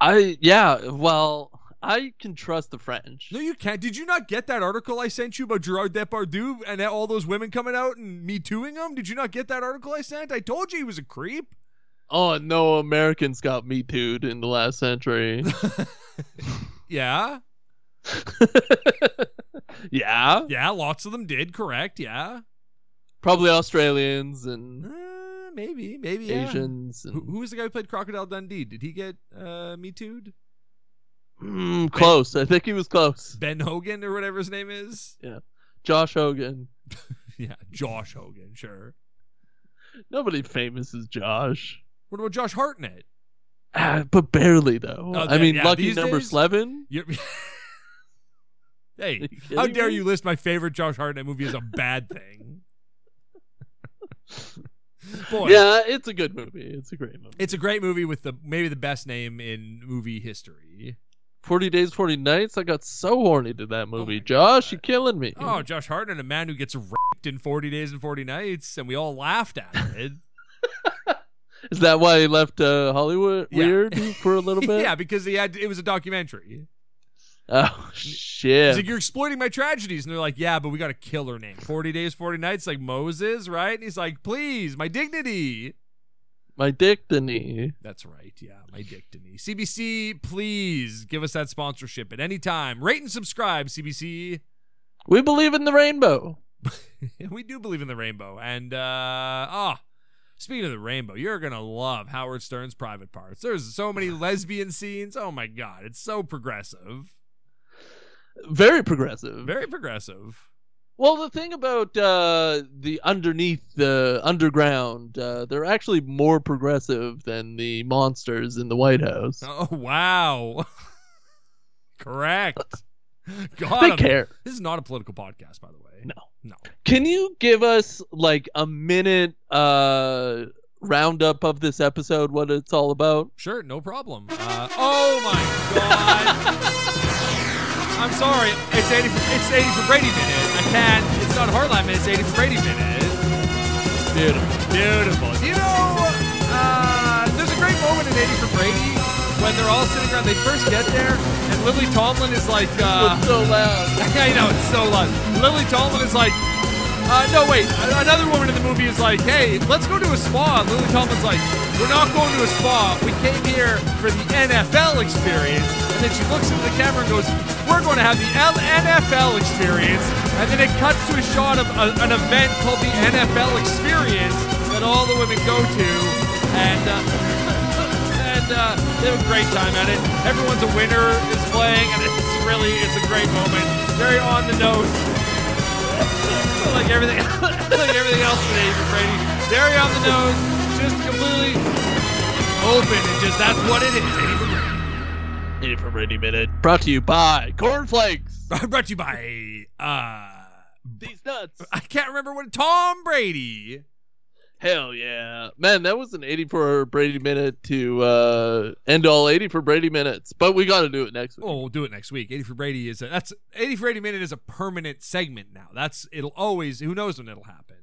I yeah, well, I can trust the French.
No, you can't. Did you not get that article I sent you about Gerard Depardieu and all those women coming out and me tooing him? Did you not get that article I sent? I told you he was a creep.
Oh no, Americans got me too in the last century.
Yeah,
yeah,
yeah. Lots of them did. Correct. Yeah.
probably Australians and
Uh, maybe, maybe. Yeah.
Asians
Who,
and
who was the guy who played Crocodile Dundee? Did he get uh, me tooed?
Mm, close. I think he was close.
Ben Hogan or whatever his name is.
Josh Hogan.
Yeah, Josh Hogan. Sure.
Nobody famous is Josh,
What about Josh Hartnett?
Ah, but barely though.
Oh,
I
yeah,
mean,
yeah,
lucky
these
number
days-
eleven.
You're... hey,
you
how
kidding
dare
me?
you list my favorite Josh Hartnett movie as a bad thing? Boy,
Yeah, it's a good movie. It's a great movie.
it's a great movie with the maybe the best name in movie history.
Forty Days, Forty Nights. I got so horny to that movie.
Oh my
Josh,
God.
you're killing me.
Oh, Josh Hartnett, a man who gets raped in 40 days and 40 nights, and we all laughed at it.
Is that why he left uh, Hollywood
Yeah.
weird for a little bit?
yeah, because he had it was a documentary.
Oh
He's
shit.
like, "You're exploiting my tragedies," and they're like, "Yeah, but we got a killer name, 40 days, 40 nights, like Moses, right?" And he's like, "Please, my dignity."
My dick the knee.
That's right. Yeah, my dictony. CBC, please give us that sponsorship at any time. Rate and subscribe, CBC.
We believe in the rainbow.
we do believe in the rainbow. And uh ah, speaking of the rainbow, you're gonna love Howard Stern's private parts. There's so many lesbian scenes. Oh my god, it's so progressive.
Very progressive.
Very progressive.
well, the thing about uh, the underneath the underground, uh, they're actually more progressive than the monsters in the White House.
Oh wow. Correct. God,
They
I'm-
care.
This is not a political podcast, by the way.
No.
No.
Can you give us like a minute uh roundup of this episode, what it's all about?
Sure, no problem. Uh, oh my god! I'm sorry. It's 80. For, it's 80 for Brady minute. I can't. It's not Heartland minute. It's 80 for Brady minute. Beautiful, beautiful. You know, uh, there's a great moment in 80 for Brady when they're all sitting around. They first get there, and Lily Tomlin is like. Uh,
it's so loud.
I know it's so long. Lily Tomlin is like, uh, no wait. a- Another woman in the movie is like, hey, let's go to a spa. And Lily Tomlin's like, we're not going to a spa. We came here for the NFL experience. And then she looks into the camera and goes, we're going to have the L- NFL experience. And then it cuts to a shot of a, an event called the NFL experience that all the women go to. And uh, and uh, they have a great time at it. Everyone's a winner is playing, and it's really it's a great moment. Very on the nose, like everything, like everything else today for Brady. Very on the nose, just completely open, and just that's what it is. Eddie for Brady.
Eighty for Brady Minute. Brought to you by Cornflakes.
Brought to you by uh,
These nuts.
I can't remember what Tom Brady.
Hell yeah. Man, that was an 80 for Brady minute to uh, end all 80 for Brady minutes. But we got to do it next week.
Oh, we'll do it next week. 80 for Brady is a, that's 80 for 80 minute is a permanent segment now. That's it'll always. Who knows when it'll happen.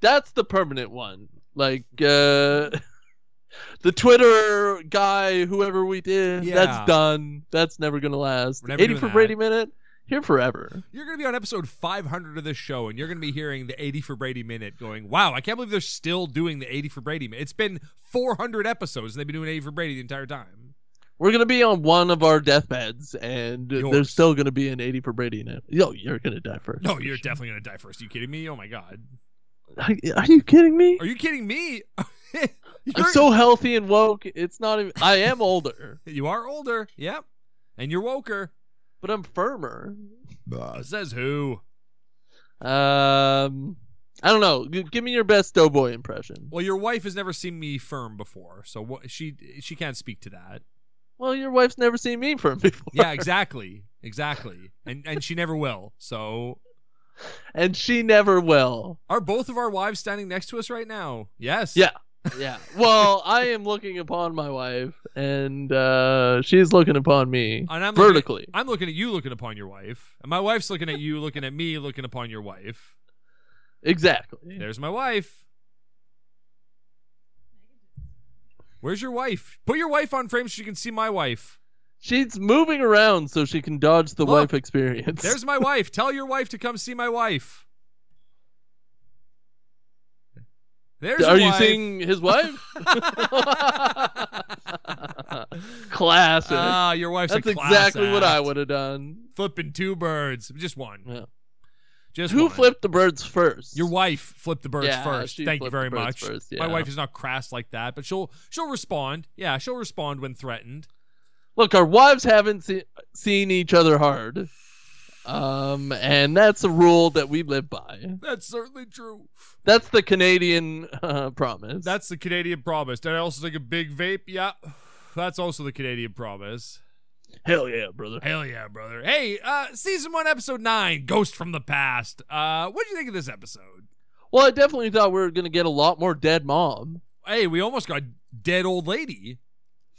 That's the permanent one. Like uh, the Twitter guy, whoever we did,
Yeah.
that's done. That's never going to last.
We're never
80
doing
for
that.
Brady minute, here forever.
You're going to be on episode 500 of this show, and you're going to be hearing the 80 for Brady minute going, wow, I can't believe they're still doing the 80 for Brady minute. It's been 400 episodes, and they've been doing 80 for Brady the entire time.
We're going to be on one of our deathbeds, and
Yours.
there's still going to be an 80 for Brady in it. Yo, you're going to die first.
No, you're definitely going to die first. Are you kidding me? Oh, my God.
Are, are you kidding me?
Are you kidding me?
I'm
You're-
so healthy and woke. It's not even. I am older.
You are older. Yep. And you're woker.
but I'm firmer.
Says who?
Um, I don't know. G- Give me your best doughboy impression.
Well, your wife has never seen me firm before, so what, she she can't speak to that.
Well, your wife's never seen me firm before,
Yeah, exactly, exactly, and and she never will. So
and she never will.
Are both of our wives standing next to us right now? Yes.
Yeah. Yeah. Well, I am looking upon my wife, and uh, she's looking upon me
And I'm
vertically.
Looking at, I'm looking at you looking upon your wife. And my wife's looking at you looking at me looking upon your wife.
exactly.
There's my wife. Where's your wife? Put your wife on frame so you can see my wife.
She's moving around so she can dodge the
Look,
wife experience.
There's my wife. Tell your wife to come see my wife. There's
Are
your
you
wife.
seeing his wife? Classic.
Ah, your wife's
That's
a class
exactly what
act.
I would have done.
Flipping two birds, just one.
Yeah.
Just
Who
one.
flipped the birds first?
Your wife flipped the birds
Yeah,
first.
she
Thank you
flipped the
very much.
birds first,
My
yeah.
wife is not crass like that, but she'll she'll respond. Yeah, she'll respond when threatened.
Look, our wives haven't se- seen each other hard. Um, and that's a rule that we live by.
That's certainly true.
That's the Canadian uh, promise.
That's the Canadian promise. Did I also take a big vape? Yeah. That's also the Canadian promise.
hell yeah, brother.
Hell yeah, brother. Hey, uh season 1 episode 9, Ghost from the Past. Uh what do you think of this episode?
Well, I definitely thought we were gonna get a lot more dead mom.
Hey, we almost got dead old lady.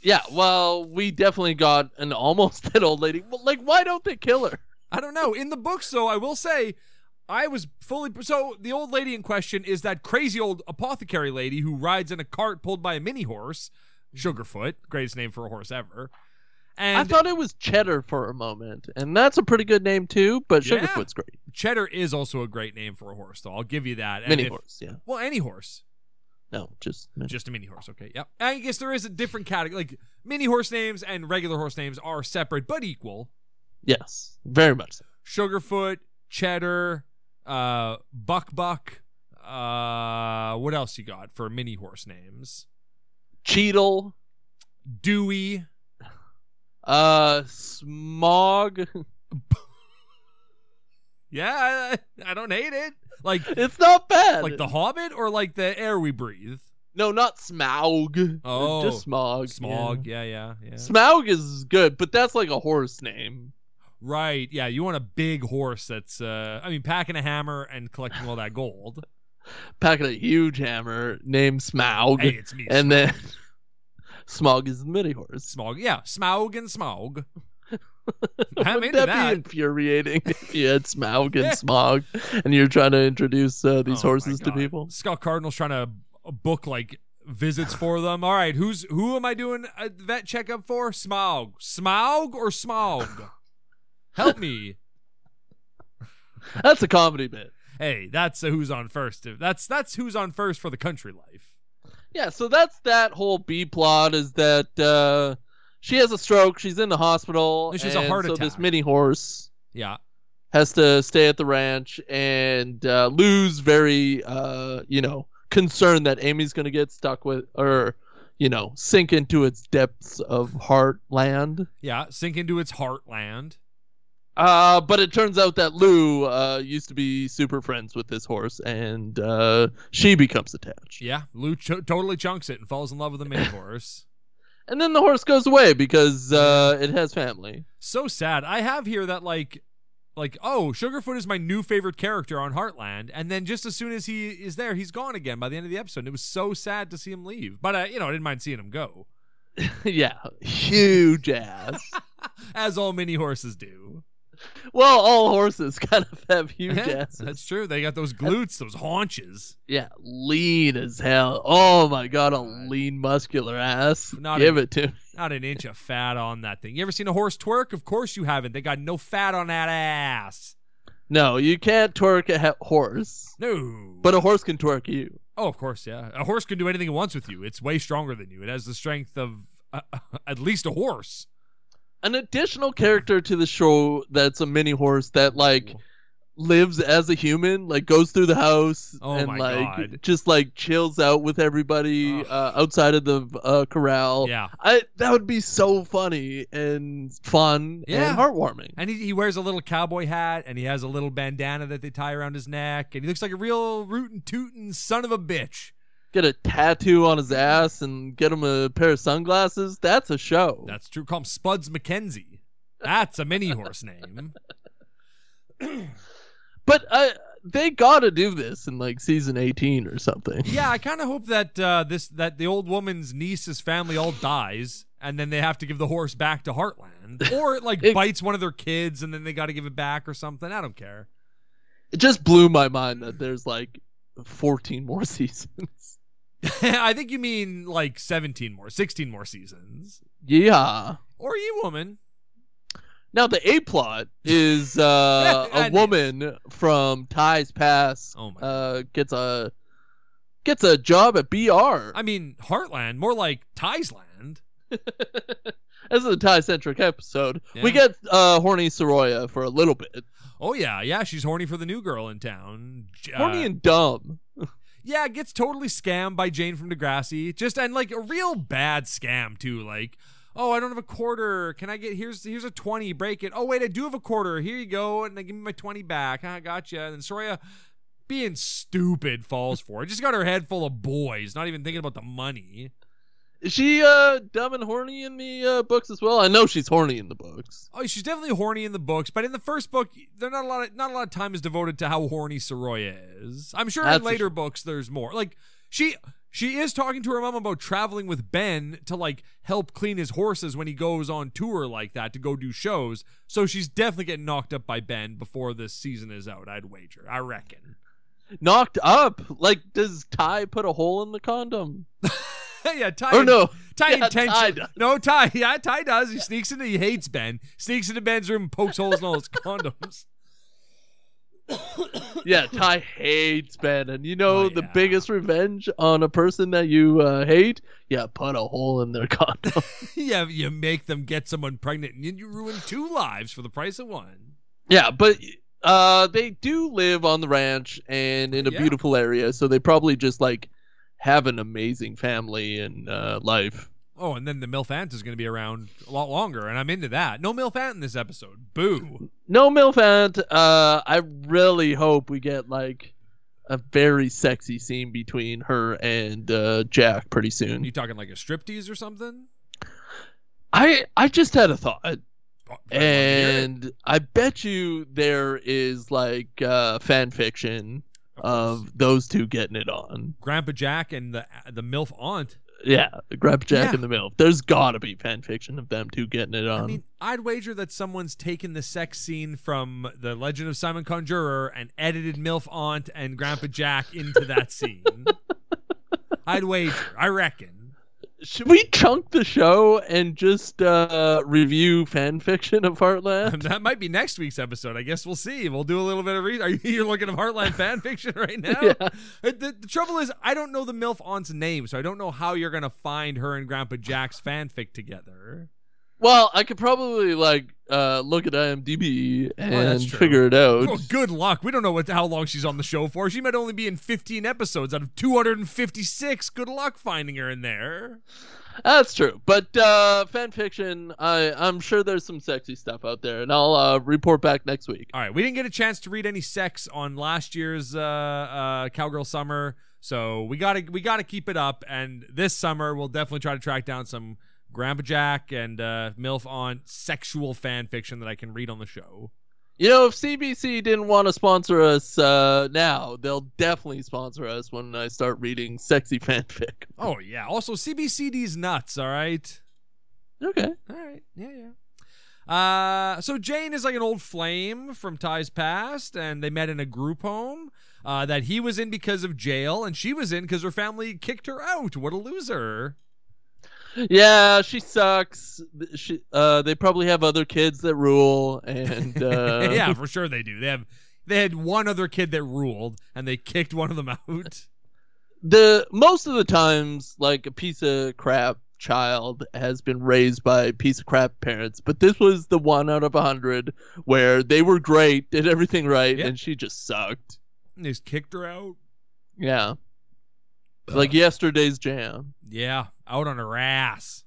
Yeah, well, we definitely got an almost dead old lady. Well, like, why don't they kill her?
I don't know. In the books, though, I will say I was fully. So the old lady in question is that crazy old apothecary lady who rides in a cart pulled by a mini horse, Sugarfoot, greatest name for a horse ever.
I
And
thought it was Cheddar for a moment, and that's a pretty good name too. But
Yeah.
Sugarfoot's great.
Cheddar is also a great name for a horse, though. I'll give you that. And
Mini
if-
horse, yeah.
Well, any horse.
No, just
Just a mini horse, okay. Yep. I guess there is a different category. Like, mini horse names and regular horse names are separate but equal.
yes, very much. So.
Sugarfoot, Cheddar, uh, Buck Buck. Uh, what else you got for mini horse names?
Cheetle,
Dewey.
uh, Smog.
Yeah, I, I don't hate it. Like
It's not bad.
like the Hobbit or like the air we breathe.
no, not Smaug.
Oh.
just Smog.
Smog. Yeah, yeah, yeah.
Smaug is good, but that's like a horse name.
Right. Yeah. You want a big horse that's, uh, I mean, packing a hammer and collecting all that gold.
packing a huge hammer named Smaug,
hey, it's me.
and then Smaug is the mini horse.
Smog. Yeah. Smaug and Smaug. I'm
Wouldn't
into
that,
that.
be infuriating if you had Smaug and Smog and you're trying to introduce uh, these
Oh my
horses to
God.
people?
Scott Cardinal's trying to book like visits for them. All right, who's who am I doing a vet checkup for? Smaug, Smaug or Smaug? Help me.
That's a comedy bit.
Hey, that's a who's on first. That's that's who's on first for the country life.
Yeah, so that's that whole B plot is that uh, she has a stroke, she's in the hospital,
No, she has a
and
heart
so this
attack.
mini horse
Yeah,
has to stay at the ranch, and uh, Lou's very, uh, you know, concerned that Amy's going to get stuck with, or you know, sink into its depths of heartland.
yeah, sink into its heartland.
Uh, but it turns out that Lou uh, used to be super friends with this horse, and uh, she becomes attached.
Yeah, Lou ch- totally chunks it and falls in love with a mini horse.
And then the horse goes away because uh, it has family.
So sad. I have here that like. Like oh, Sugarfoot is my new favorite character on Heartland, and then just as soon as he is there, he's gone again by the end of the episode. And it was so sad to see him leave, but uh, you know I didn't mind seeing him go,
yeah, huge ass.
as all mini horses do.
well, all horses kind of have huge
Yeah,
asses.
that's true. They got those glutes, those haunches.
Yeah, lean as hell. Oh my god, a lean muscular ass.
Not
Give
a-
it to me.
Not an inch of fat on that thing. You ever seen a horse twerk? Of course you haven't. They got no fat on that ass.
No, you can't twerk a he- horse,
No.
but uh, a horse can twerk you.
oh, of course, yeah. A horse can do anything it wants with you. It's way stronger than you. It has the strength of uh, at least a horse.
An additional character to the show that's a mini horse that like lives as a human, like goes through the house
Oh
and
my
like
God.
just like chills out with everybody
Ugh.
uh, outside of the uh, corral.
Yeah.
I that would be so funny and fun
Yeah.
and heartwarming.
And he, he wears a little cowboy hat and he has a little bandana that they tie around his neck and he looks like a real rootin' tootin' son of a bitch.
Get a tattoo on his ass and get him a pair of sunglasses. That's a show.
That's true. Call him Spuds McKenzie. That's a mini horse name.
but uh, they got to do this in like season 18 or something.
Yeah, I kind of hope that uh, this that the old woman's niece's family all dies, and then they have to give the horse back to Heartland, or it like
It-
bites one of their kids, and then they got to give it back or something. I don't care.
It just blew my mind that there's like 14 more seasons.
I think you mean like seventeen more, sixteen more seasons,
Yeah.
or you woman.
Now the A plot is uh,
I
a
knew.
woman from Ty's past
Oh my
uh, gets a gets a job at BR.
I mean Heartland, more like Tiesland.
This is a Thai centric episode.
Yeah.
We get uh, horny Soroya for a little bit.
Oh yeah, yeah, she's horny for the new girl in town. J-
horny
uh,
and dumb.
Yeah, gets totally scammed by Jane from Degrassi. Just and like a real bad scam too. Like, oh, I don't have a quarter. Can I get here's here's a twenty? Break it. Oh wait, I do have a quarter. Here you go, and they give me my twenty back. I gotcha. And then Soraya, being stupid, falls for it. Just got her head full of boys, not even thinking about the money.
Is she uh, dumb and horny in the uh, books as well? I know she's horny in the books.
Oh, she's definitely horny in the books, but in the first book, there not a lot of not a lot of time is devoted to how horny Soroya is. I'm sure
That's
in
for
later
sure.
books there's more. Like she she is talking to her mom about traveling with Ben to like help clean his horses when he goes on tour like that to go do shows. So she's definitely getting knocked up by Ben before this season is out. I'd wager. I reckon.
Knocked up. Like, does Ty put a hole in the condom?
yeah, Ty.
Oh no.
Ty
Yeah, Ty
intention-
does.
No, Ty. Yeah, Ty does. He sneaks into. He hates Ben. Sneaks into Ben's room, and pokes holes in all his condoms.
Yeah, Ty hates Ben, and you know
Oh,
the
yeah.
biggest revenge on a person that you uh, hate? Yeah, put a hole in their condom.
yeah, you make them get someone pregnant, and then you ruin two lives for the price of one.
yeah, but uh, they do live on the ranch and in a
Yeah.
beautiful area, so they probably just like have an amazing family and uh, life.
Oh, and then the MILF aunt is going to be around a lot longer, and I'm into that. No MILF aunt in this episode. Boo.
No Milfant, uh, I really hope we get like a very sexy scene between her and uh, Jack pretty soon.
You talking like a striptease or something?
I I just had a thought.
Oh,
and I bet you there is like uh, fan fiction
course.
of those two getting it on.
Grandpa Jack and the the MILF aunt.
Yeah, Grab Jack
Yeah.
and the Milf. There's gotta be fan fiction of them two getting it on.
I mean, I'd wager that someone's taken the sex scene from The Legend of Simon Conjurer and edited MILF Aunt and Grandpa Jack into that scene. I'd wager. I reckon.
Should we chunk the show and just uh, review fan fiction of Heartland?
That might be next week's episode. I guess we'll see. We'll do a little bit of research. Are you you're looking at Heartland fan fiction right now?
Yeah.
Uh, The, the trouble is, I don't know the MILF Aunt's name, so I don't know how you're going to find her and Grandpa Jack's fanfic together.
Well, I could probably like uh, look at IMDb and
Oh, that's true. Oh,
figure it out.
Well, good luck. We don't know what how long she's on the show for. She might only be in 15 episodes out of 256. Good luck finding her in there.
That's true. But uh, fan fiction, I, I'm sure there's some sexy stuff out there, and I'll uh, report back next week.
All right, we didn't get a chance to read any sex on last year's uh, uh, Cowgirl Summer, so we gotta we gotta keep it up. And this summer, we'll definitely try to track down some Grandpa Jack and uh, Milf on sexual fan fiction that I can read on the show.
You know, if CBC didn't want to sponsor us uh, now, they'll definitely sponsor us when I start reading sexy fanfic.
Oh yeah. Also, CBCD's nuts. All right.
Okay.
All right. Yeah, yeah. Uh, so Jane is like an old flame from Ty's past, and they met in a group home uh, that he was in because of jail, and she was in because her family kicked her out. What a loser!
Yeah, she sucks. Th- She, uh, they probably have other kids that rule, and uh,
yeah, for sure they do. They have they had one other kid that ruled, and they kicked one of them out.
the most of the times, like a piece of crap child has been raised by piece of crap parents, but this was the one out of a hundred where they were great, did everything right,
Yeah.
and she just sucked.
And they just kicked her out.
Yeah, like yesterday's jam.
Yeah, out on her ass.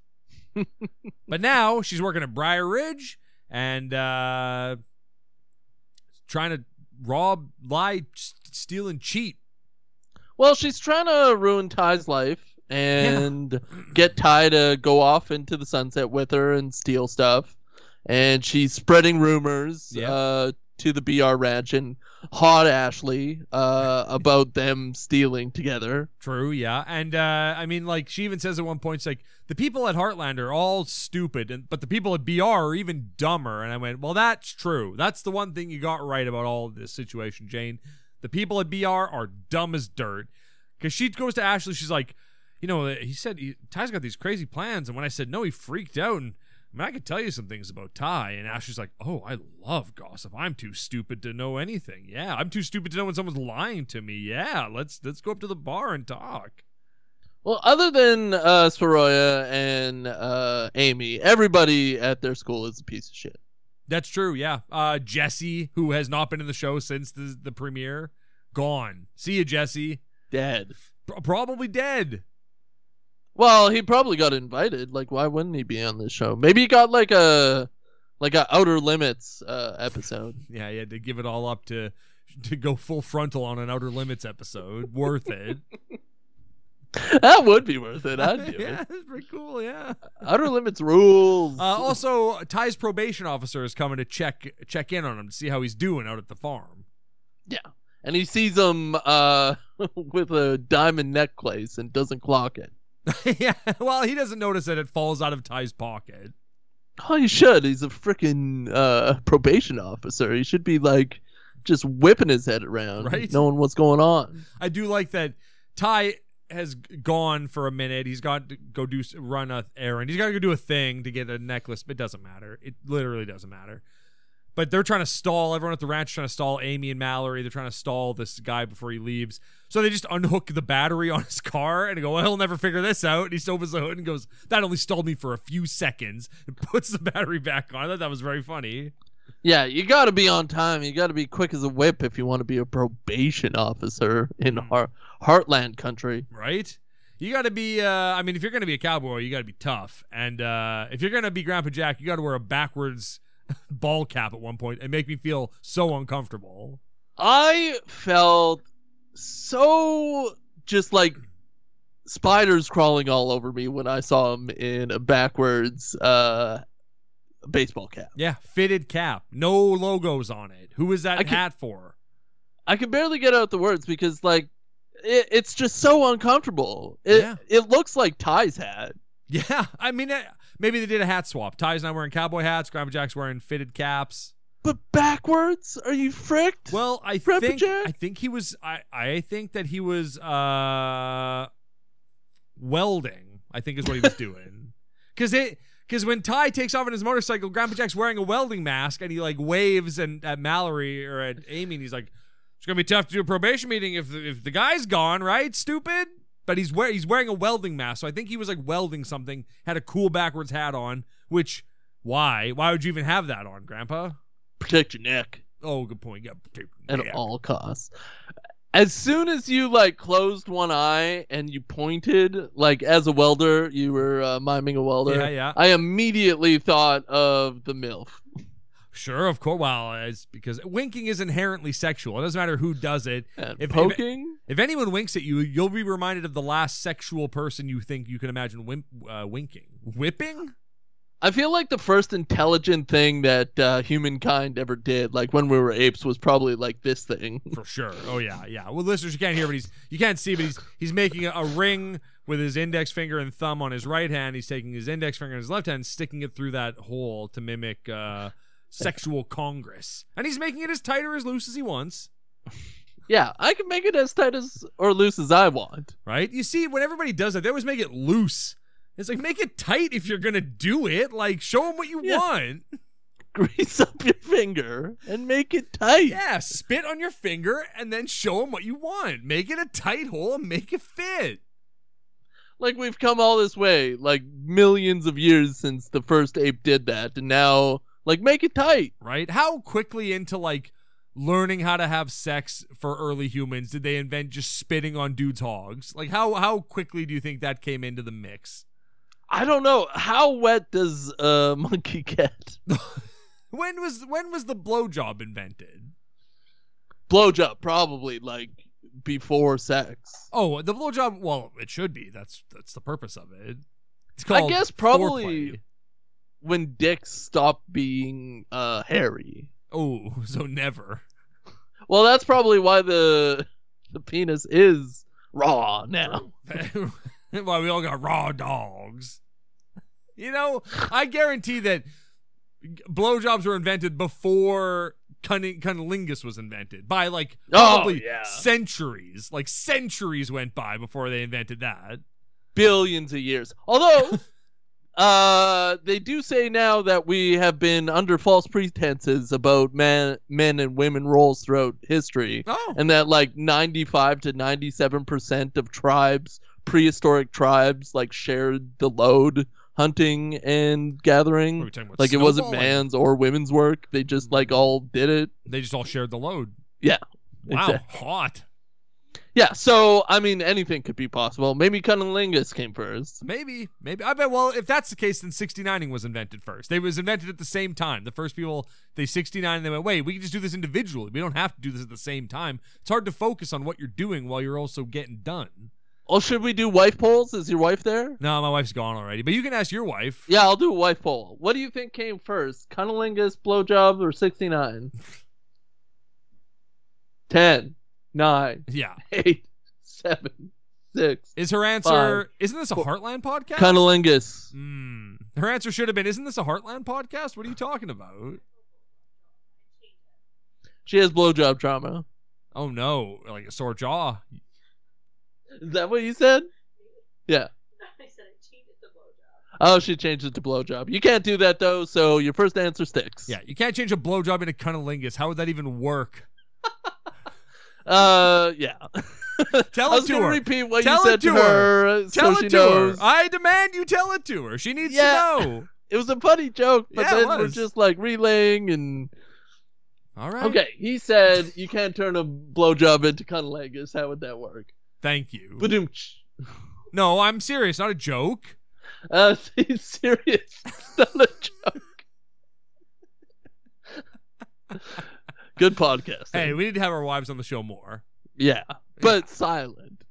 but now she's working at Briar Ridge and uh, trying to rob, lie, s- steal, and cheat.
Well, she's trying to ruin Ty's life and get Ty to go off into the sunset with her and steal stuff. And she's spreading rumors
Yeah.
uh, to the BR Ranch and Hot Ashley uh, about them stealing together.
True, yeah, and uh, I mean, like she even says at one point, she's like the people at Heartland are all stupid, and but the people at BR are even dumber. And I went, well, that's true. That's the one thing you got right about all of this situation, Jane. The people at BR are dumb as dirt. Because she goes to Ashley, she's like, you know, he said he, Ty's got these crazy plans, and when I said no, he freaked out. And I mean, I could tell you some things about Ty. And Ashley's like, oh, I love gossip. I'm too stupid to know anything. Yeah, I'm too stupid to know when someone's lying to me. Yeah, let's let's go up to the bar and talk.
Well, other than uh, Soraya and uh, Amy, everybody at their school is a piece of shit.
That's true. Yeah, uh, Jesse, who has not been in the show since the the premiere, gone. See you, Jesse.
Dead.
Pro- probably dead.
Well, he probably got invited. Like, why wouldn't he be on this show? Maybe he got like a like a Outer Limits uh, episode.
Yeah, he had to give it all up to to go full frontal on an Outer Limits episode. Worth it.
that would be worth it. I'd do
yeah,
it.
it's pretty cool. Yeah.
Outer Limits rules.
Uh, also, Ty's probation officer is coming to check check in on him to see how he's doing out at the farm.
and he sees him uh, with a diamond necklace and doesn't clock it.
yeah. Well, he doesn't notice that it falls out of Ty's pocket.
Oh, he should. He's a freaking uh, probation officer. He should be like just whipping his head around,
Right?
knowing what's going on.
I do like that Ty has g- gone for a minute. He's got to go do s- run a errand. He's got to go do a thing to get a necklace. It doesn't matter. It literally doesn't matter. But they're trying to stall everyone at the ranch. is Trying to stall Amy and Mallory. They're trying to stall this guy before he leaves. So they just unhook the battery on his car and go, "Well, he'll never figure this out." And he opens the hood and goes, "That only stalled me for a few seconds." And puts the battery back on. I thought that was very funny.
Yeah, you got to be on time. You got to be quick as a whip if you want to be a probation officer in
Hmm.
Har- Heartland country.
right? You got to be. Uh, I mean, if you're going to be a cowboy, you got to be tough. And uh, if you're going to be Grandpa Jack, you got to wear a backwards ball cap at one point and make me feel so uncomfortable.
I felt so just like spiders crawling all over me when I saw him in a backwards uh baseball cap.
Yeah, fitted cap, no logos on it. Who is that
I can-
hat for?
I can barely get out the words because like it, it's just so uncomfortable. It
Yeah.
it looks like Ty's hat.
Yeah, I mean, eh, maybe they did a hat swap. Ty's not wearing cowboy hats. Grandma Jack's wearing fitted caps.
But backwards? Are you fricked?
Well, I
Grandpa
think
Jack?
I think he was. I I think that he was uh welding. I think is what he was doing. Because it because when Ty takes off on his motorcycle, Grandpa Jack's wearing a welding mask, and he like waves and at Mallory or at Amy, and he's like, "It's gonna be tough to do a probation meeting if the, if the guy's gone, right? Stupid." But he's wear he's wearing a welding mask, so I think he was like welding something. Had a cool backwards hat on, which why why would you even have that on, Grandpa?
protect your neck
Oh, good point. Yeah,
at
yeah.
all costs. As soon as you like closed one eye and you pointed, like as a welder, you were uh, miming a welder.
Yeah, yeah.
I immediately thought of the MILF.
Sure, of course. Well, it's because winking is inherently sexual. It doesn't matter who does it.
And
If- if-
poking?
If anyone winks at you, you'll be reminded of the last sexual person you think you can imagine wimp, uh, winking. Whipping?
I feel like the first intelligent thing that uh, humankind ever did, like when we were apes, was probably like this thing.
For sure. Oh yeah, yeah. Well, listeners, you can't hear, but he's you can't see, but he's he's making a, a ring with his index finger and thumb on his right hand. He's taking his index finger in his left hand, sticking it through that hole to mimic uh, sexual congress, and he's making it as tight or as loose as he wants.
Yeah, I can make it as tight as or loose as I want.
right? You see, when everybody does that, they always make it loose. It's like make it tight if you're gonna do it. Like show them what you
Yeah.
want.
Grease up your finger and make it tight.
Yeah, spit on your finger and then show them what you want. Make it a tight hole and make it fit.
Like we've come all this way, like millions of years since the first ape did that, and now like make it tight.
Right? How quickly into like learning how to have sex for early humans did they invent just spitting on dudes' hogs? Like how how quickly do you think that came into the mix?
I don't know how wet does a monkey get?
When was when was the blowjob invented?
Blowjob probably like before sex.
Oh, the blowjob. Well, it should be. That's that's the purpose of it. It's
I
called
guess probably-
foreplay.
When dicks stop being uh hairy.
Oh, so never.
Well, that's probably why the the penis is raw now.
Why we all got raw dogs? You know, I guarantee that blowjobs were invented before cunning, cunnilingus was invented by like
Oh,
probably
yeah.
centuries. Like centuries went by before they invented that.
Billions of years. Although uh they do say now that we have been under false pretenses about man men and women roles throughout history
Oh,
and that like 95 to 97% of tribes prehistoric tribes like shared the load hunting
What are
and
we
gathering
talking about?
like it wasn't
Snowballing? Mm.
man's or women's work they just like all did it
They just all shared the load.
Yeah.
Wow,
Exactly.
hot.
Yeah, so I mean, anything could be possible. Maybe cunnilingus came first.
Maybe, maybe. I bet. Well, if that's the case, then 69ing was invented first. They was invented at the same time. The first people they 69, and they went, wait, we can just do this individually. We don't have to do this at the same time. It's hard to focus on what you're doing while you're also getting done.
Oh, should we do wife polls? Is your wife there?
No, my wife's gone already, but you can ask your wife.
Yeah, I'll do a wife poll. What do you think came first, cunnilingus, blowjob, or 69? 10, 9,
Yeah.
8, 7, 6.
Is her answer? Isn't this a Heartland podcast?
Cunnilingus.
Hmm. Her answer should have been, "Isn't this a Heartland podcast? What are you talking about?"
She has blowjob trauma.
Oh no, like a sore jaw.
Is that what you said? Yeah.
I said I cheated the blowjob.
Oh, she changed it to blowjob. You can't do that though, so your first answer sticks.
Yeah, you can't change a blowjob into cunnilingus. How would that even work?
Uh, yeah.
Tell it
I was
to
gonna
her.
repeat what
Tell
you
it
said
to
to
her.
her,
Tell
uh, so
it
she
to
knows.
her. I demand you tell it to her. She needs
Yeah.
to know.
It was a funny joke, but
Yeah, it
then we're
was.
just like relaying and
All right.
okay. He said you can't turn a blowjob into cunnilingus. How would that work?
Thank you.
Badoomch.
no, I'm serious. Not a joke.
Uh, he's serious. It's not a joke. Good podcast.
Hey, we need to have our wives on the show more.
yeah, but silent.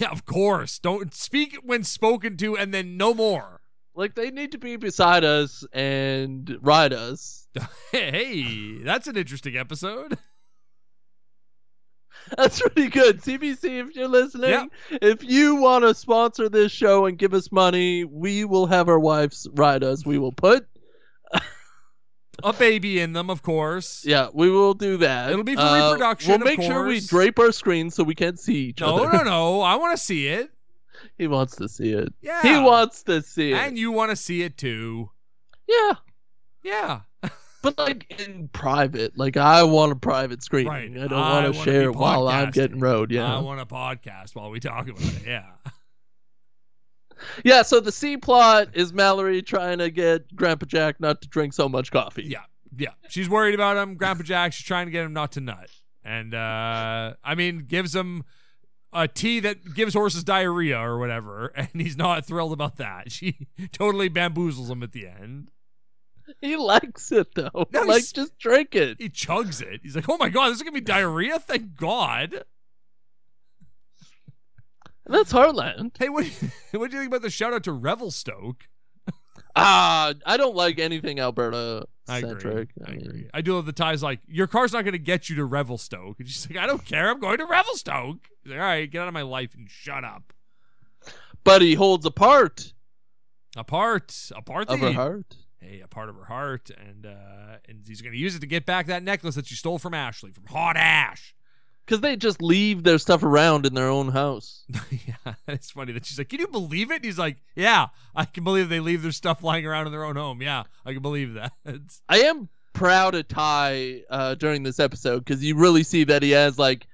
Yeah, of course. Don't speak when spoken to, and then no more.
Like they need to be beside us and ride us.
hey, that's an interesting episode.
That's pretty good. CBC, if you're listening, if you want to sponsor this show and give us money, we will have our wives ride us. We will put,
A baby in them, of course.
yeah, we will do that.
It'll be for
Uh,
reproduction,
We'll
of
make sure we
course.
drape our screens so we can't see each
No,
other.
no, no. I want to see it.
He wants to see it.
Yeah.
He wants to see it.
And you want to see it too.
yeah.
Yeah.
But like in private, like I want a private screen.
Right.
I don't
I
want
wanna
to
be
share it while I'm
podcasting.
getting rode. Yeah.
I want a podcast while we talk about it. Yeah.
yeah. So the C plot is Mallory trying to get Grandpa Jack not to drink so much coffee.
Yeah. Yeah. She's worried about him. Grandpa Jack, she's trying to get him not to nut. And uh I mean, gives him a tea that gives horses diarrhea or whatever, and he's not thrilled about that. She totally bamboozles him at the end.
He likes it though.
No,
like
he's-
just drink it.
He chugs it. He's like, "Oh my god, this is gonna be diarrhea! Thank God."
That's Heartland.
Hey, what what do you think about the shout out to Revelstoke?
Ah, I don't like anything Alberta
I agree.
centric.
I agree. I do love the ties. Like your car's not going to get you to Revelstoke, and she's like, "I don't care. I'm going to Revelstoke." He's like, "All right, get out of my life and shut up."
But he holds a part
Apart, apart.
of her heart.
Hey, a part of her heart, and uh, and he's going to use it to get back that necklace that she stole from Ashley from Hot Ash.
Because they just leave their stuff around in their own house.
yeah, it's funny that she's like, "Can you believe it?" And he's like, "Yeah, I can believe they leave their stuff lying around in their own home. Yeah, I can believe that."
I am proud of Ty uh, during this episode because you really see that he has like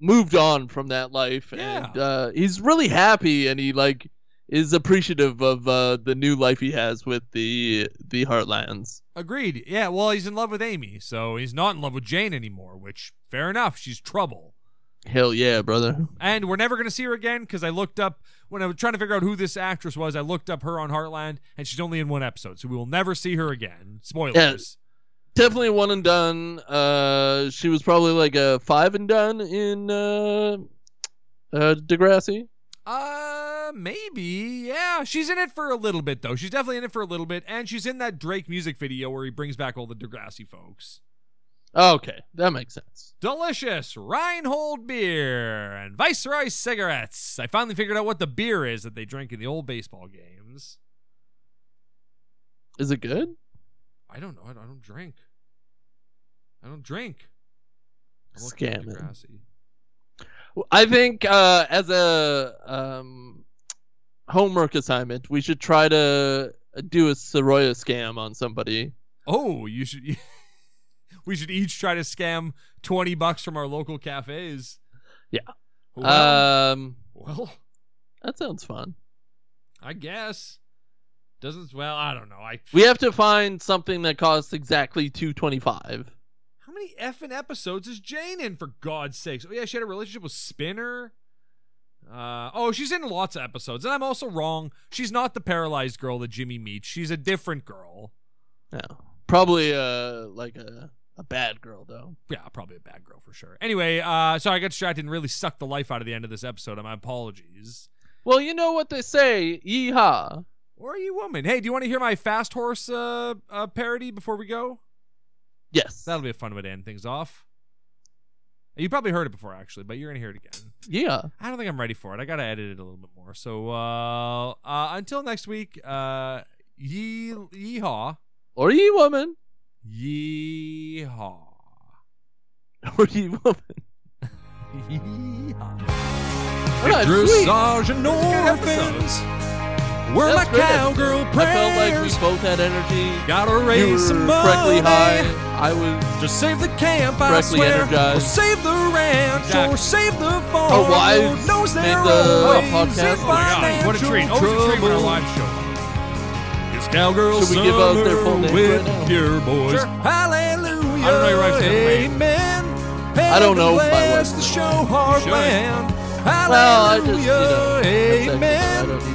moved on from that life, and
Yeah.
uh, he's really happy, and he like is appreciative of uh, the new life he has with the the Heartlands.
Agreed. Yeah, well, he's in love with Amy, so he's not in love with Jane anymore, which fair enough. She's trouble.
Hell yeah, brother!
and we're never going to see her again because I looked up when I was trying to figure out who this actress was. I looked up her on Heartland, and she's only in one episode, so we will never see her again. Spoilers.
Definitely one and done. Uh, she was probably like a five and done in uh, uh, Degrassi.
Uh, maybe. Yeah, she's in it for a little bit though. She's definitely in it for a little bit, and she's in that Drake music video where he brings back all the Degrassi folks.
Okay, that makes sense.
Delicious Reinhold beer and Viceroy cigarettes. I finally figured out what the beer is that they drink in the old baseball games.
Is it good?
I don't know. I don't drink. I don't drink. I'm looking at
Scamming.
Degrassi.
I think uh, as a um, homework assignment, we should try to do a Soroya scam on somebody.
Oh, you should. We should each try to scam twenty bucks from our local cafes.
Yeah.
Well,
um,
well,
that sounds fun.
I guess doesn't. Well, I don't know. I
We have to find something that costs exactly two twenty-five.
how many effing episodes is Jane in for God's sakes? Oh yeah, she had a relationship with Spinner. Uh, oh, she's in lots of episodes, and I'm also wrong. She's not the paralyzed girl that Jimmy meets. She's a different girl.
No, probably uh like a a bad girl though.
yeah, probably a bad girl for sure. Anyway, uh, sorry I got distracted and really sucked the life out of the end of this episode. My apologies.
Well, you know what they say, yeehaw.
Or you woman? Hey, do you want to hear my fast horse uh, uh, parody before we go?
Yes.
That'll be a fun way to end things off. You probably heard it before, actually, but you're gonna hear it again.
yeah.
I don't think I'm ready for it. I gotta edit it a little bit more. So uh, uh, until next week, uh, ye yeehaw,
Or ye woman.
yeehaw,
Or ye woman.
yeehaw.
All right, sweet.
Sergeant
Orphans
We're
That was good. I felt like we both had energy.
Gotta
you were correctly high. I was.
Just save the camp, I
Correctly
swear.
energized.
Or save the ranch,
Jack. Oh,
or save the farm.
Our wives
Lord knows
make
there
the
are ways
podcast.
in
Oh my God,
what a treat!
Always a treat when our live
show. It's cowgirls.
Should we give out their full name
with
right now?
Pure boys.
Sure.
Hallelujah. I don't know your wife's name. Amen.
I don't know my
Bless
wife's
the
name.
show,
should.
Heartland.
Well, I just, you
Hallelujah.
know, that's actually- I
Amen.
don't need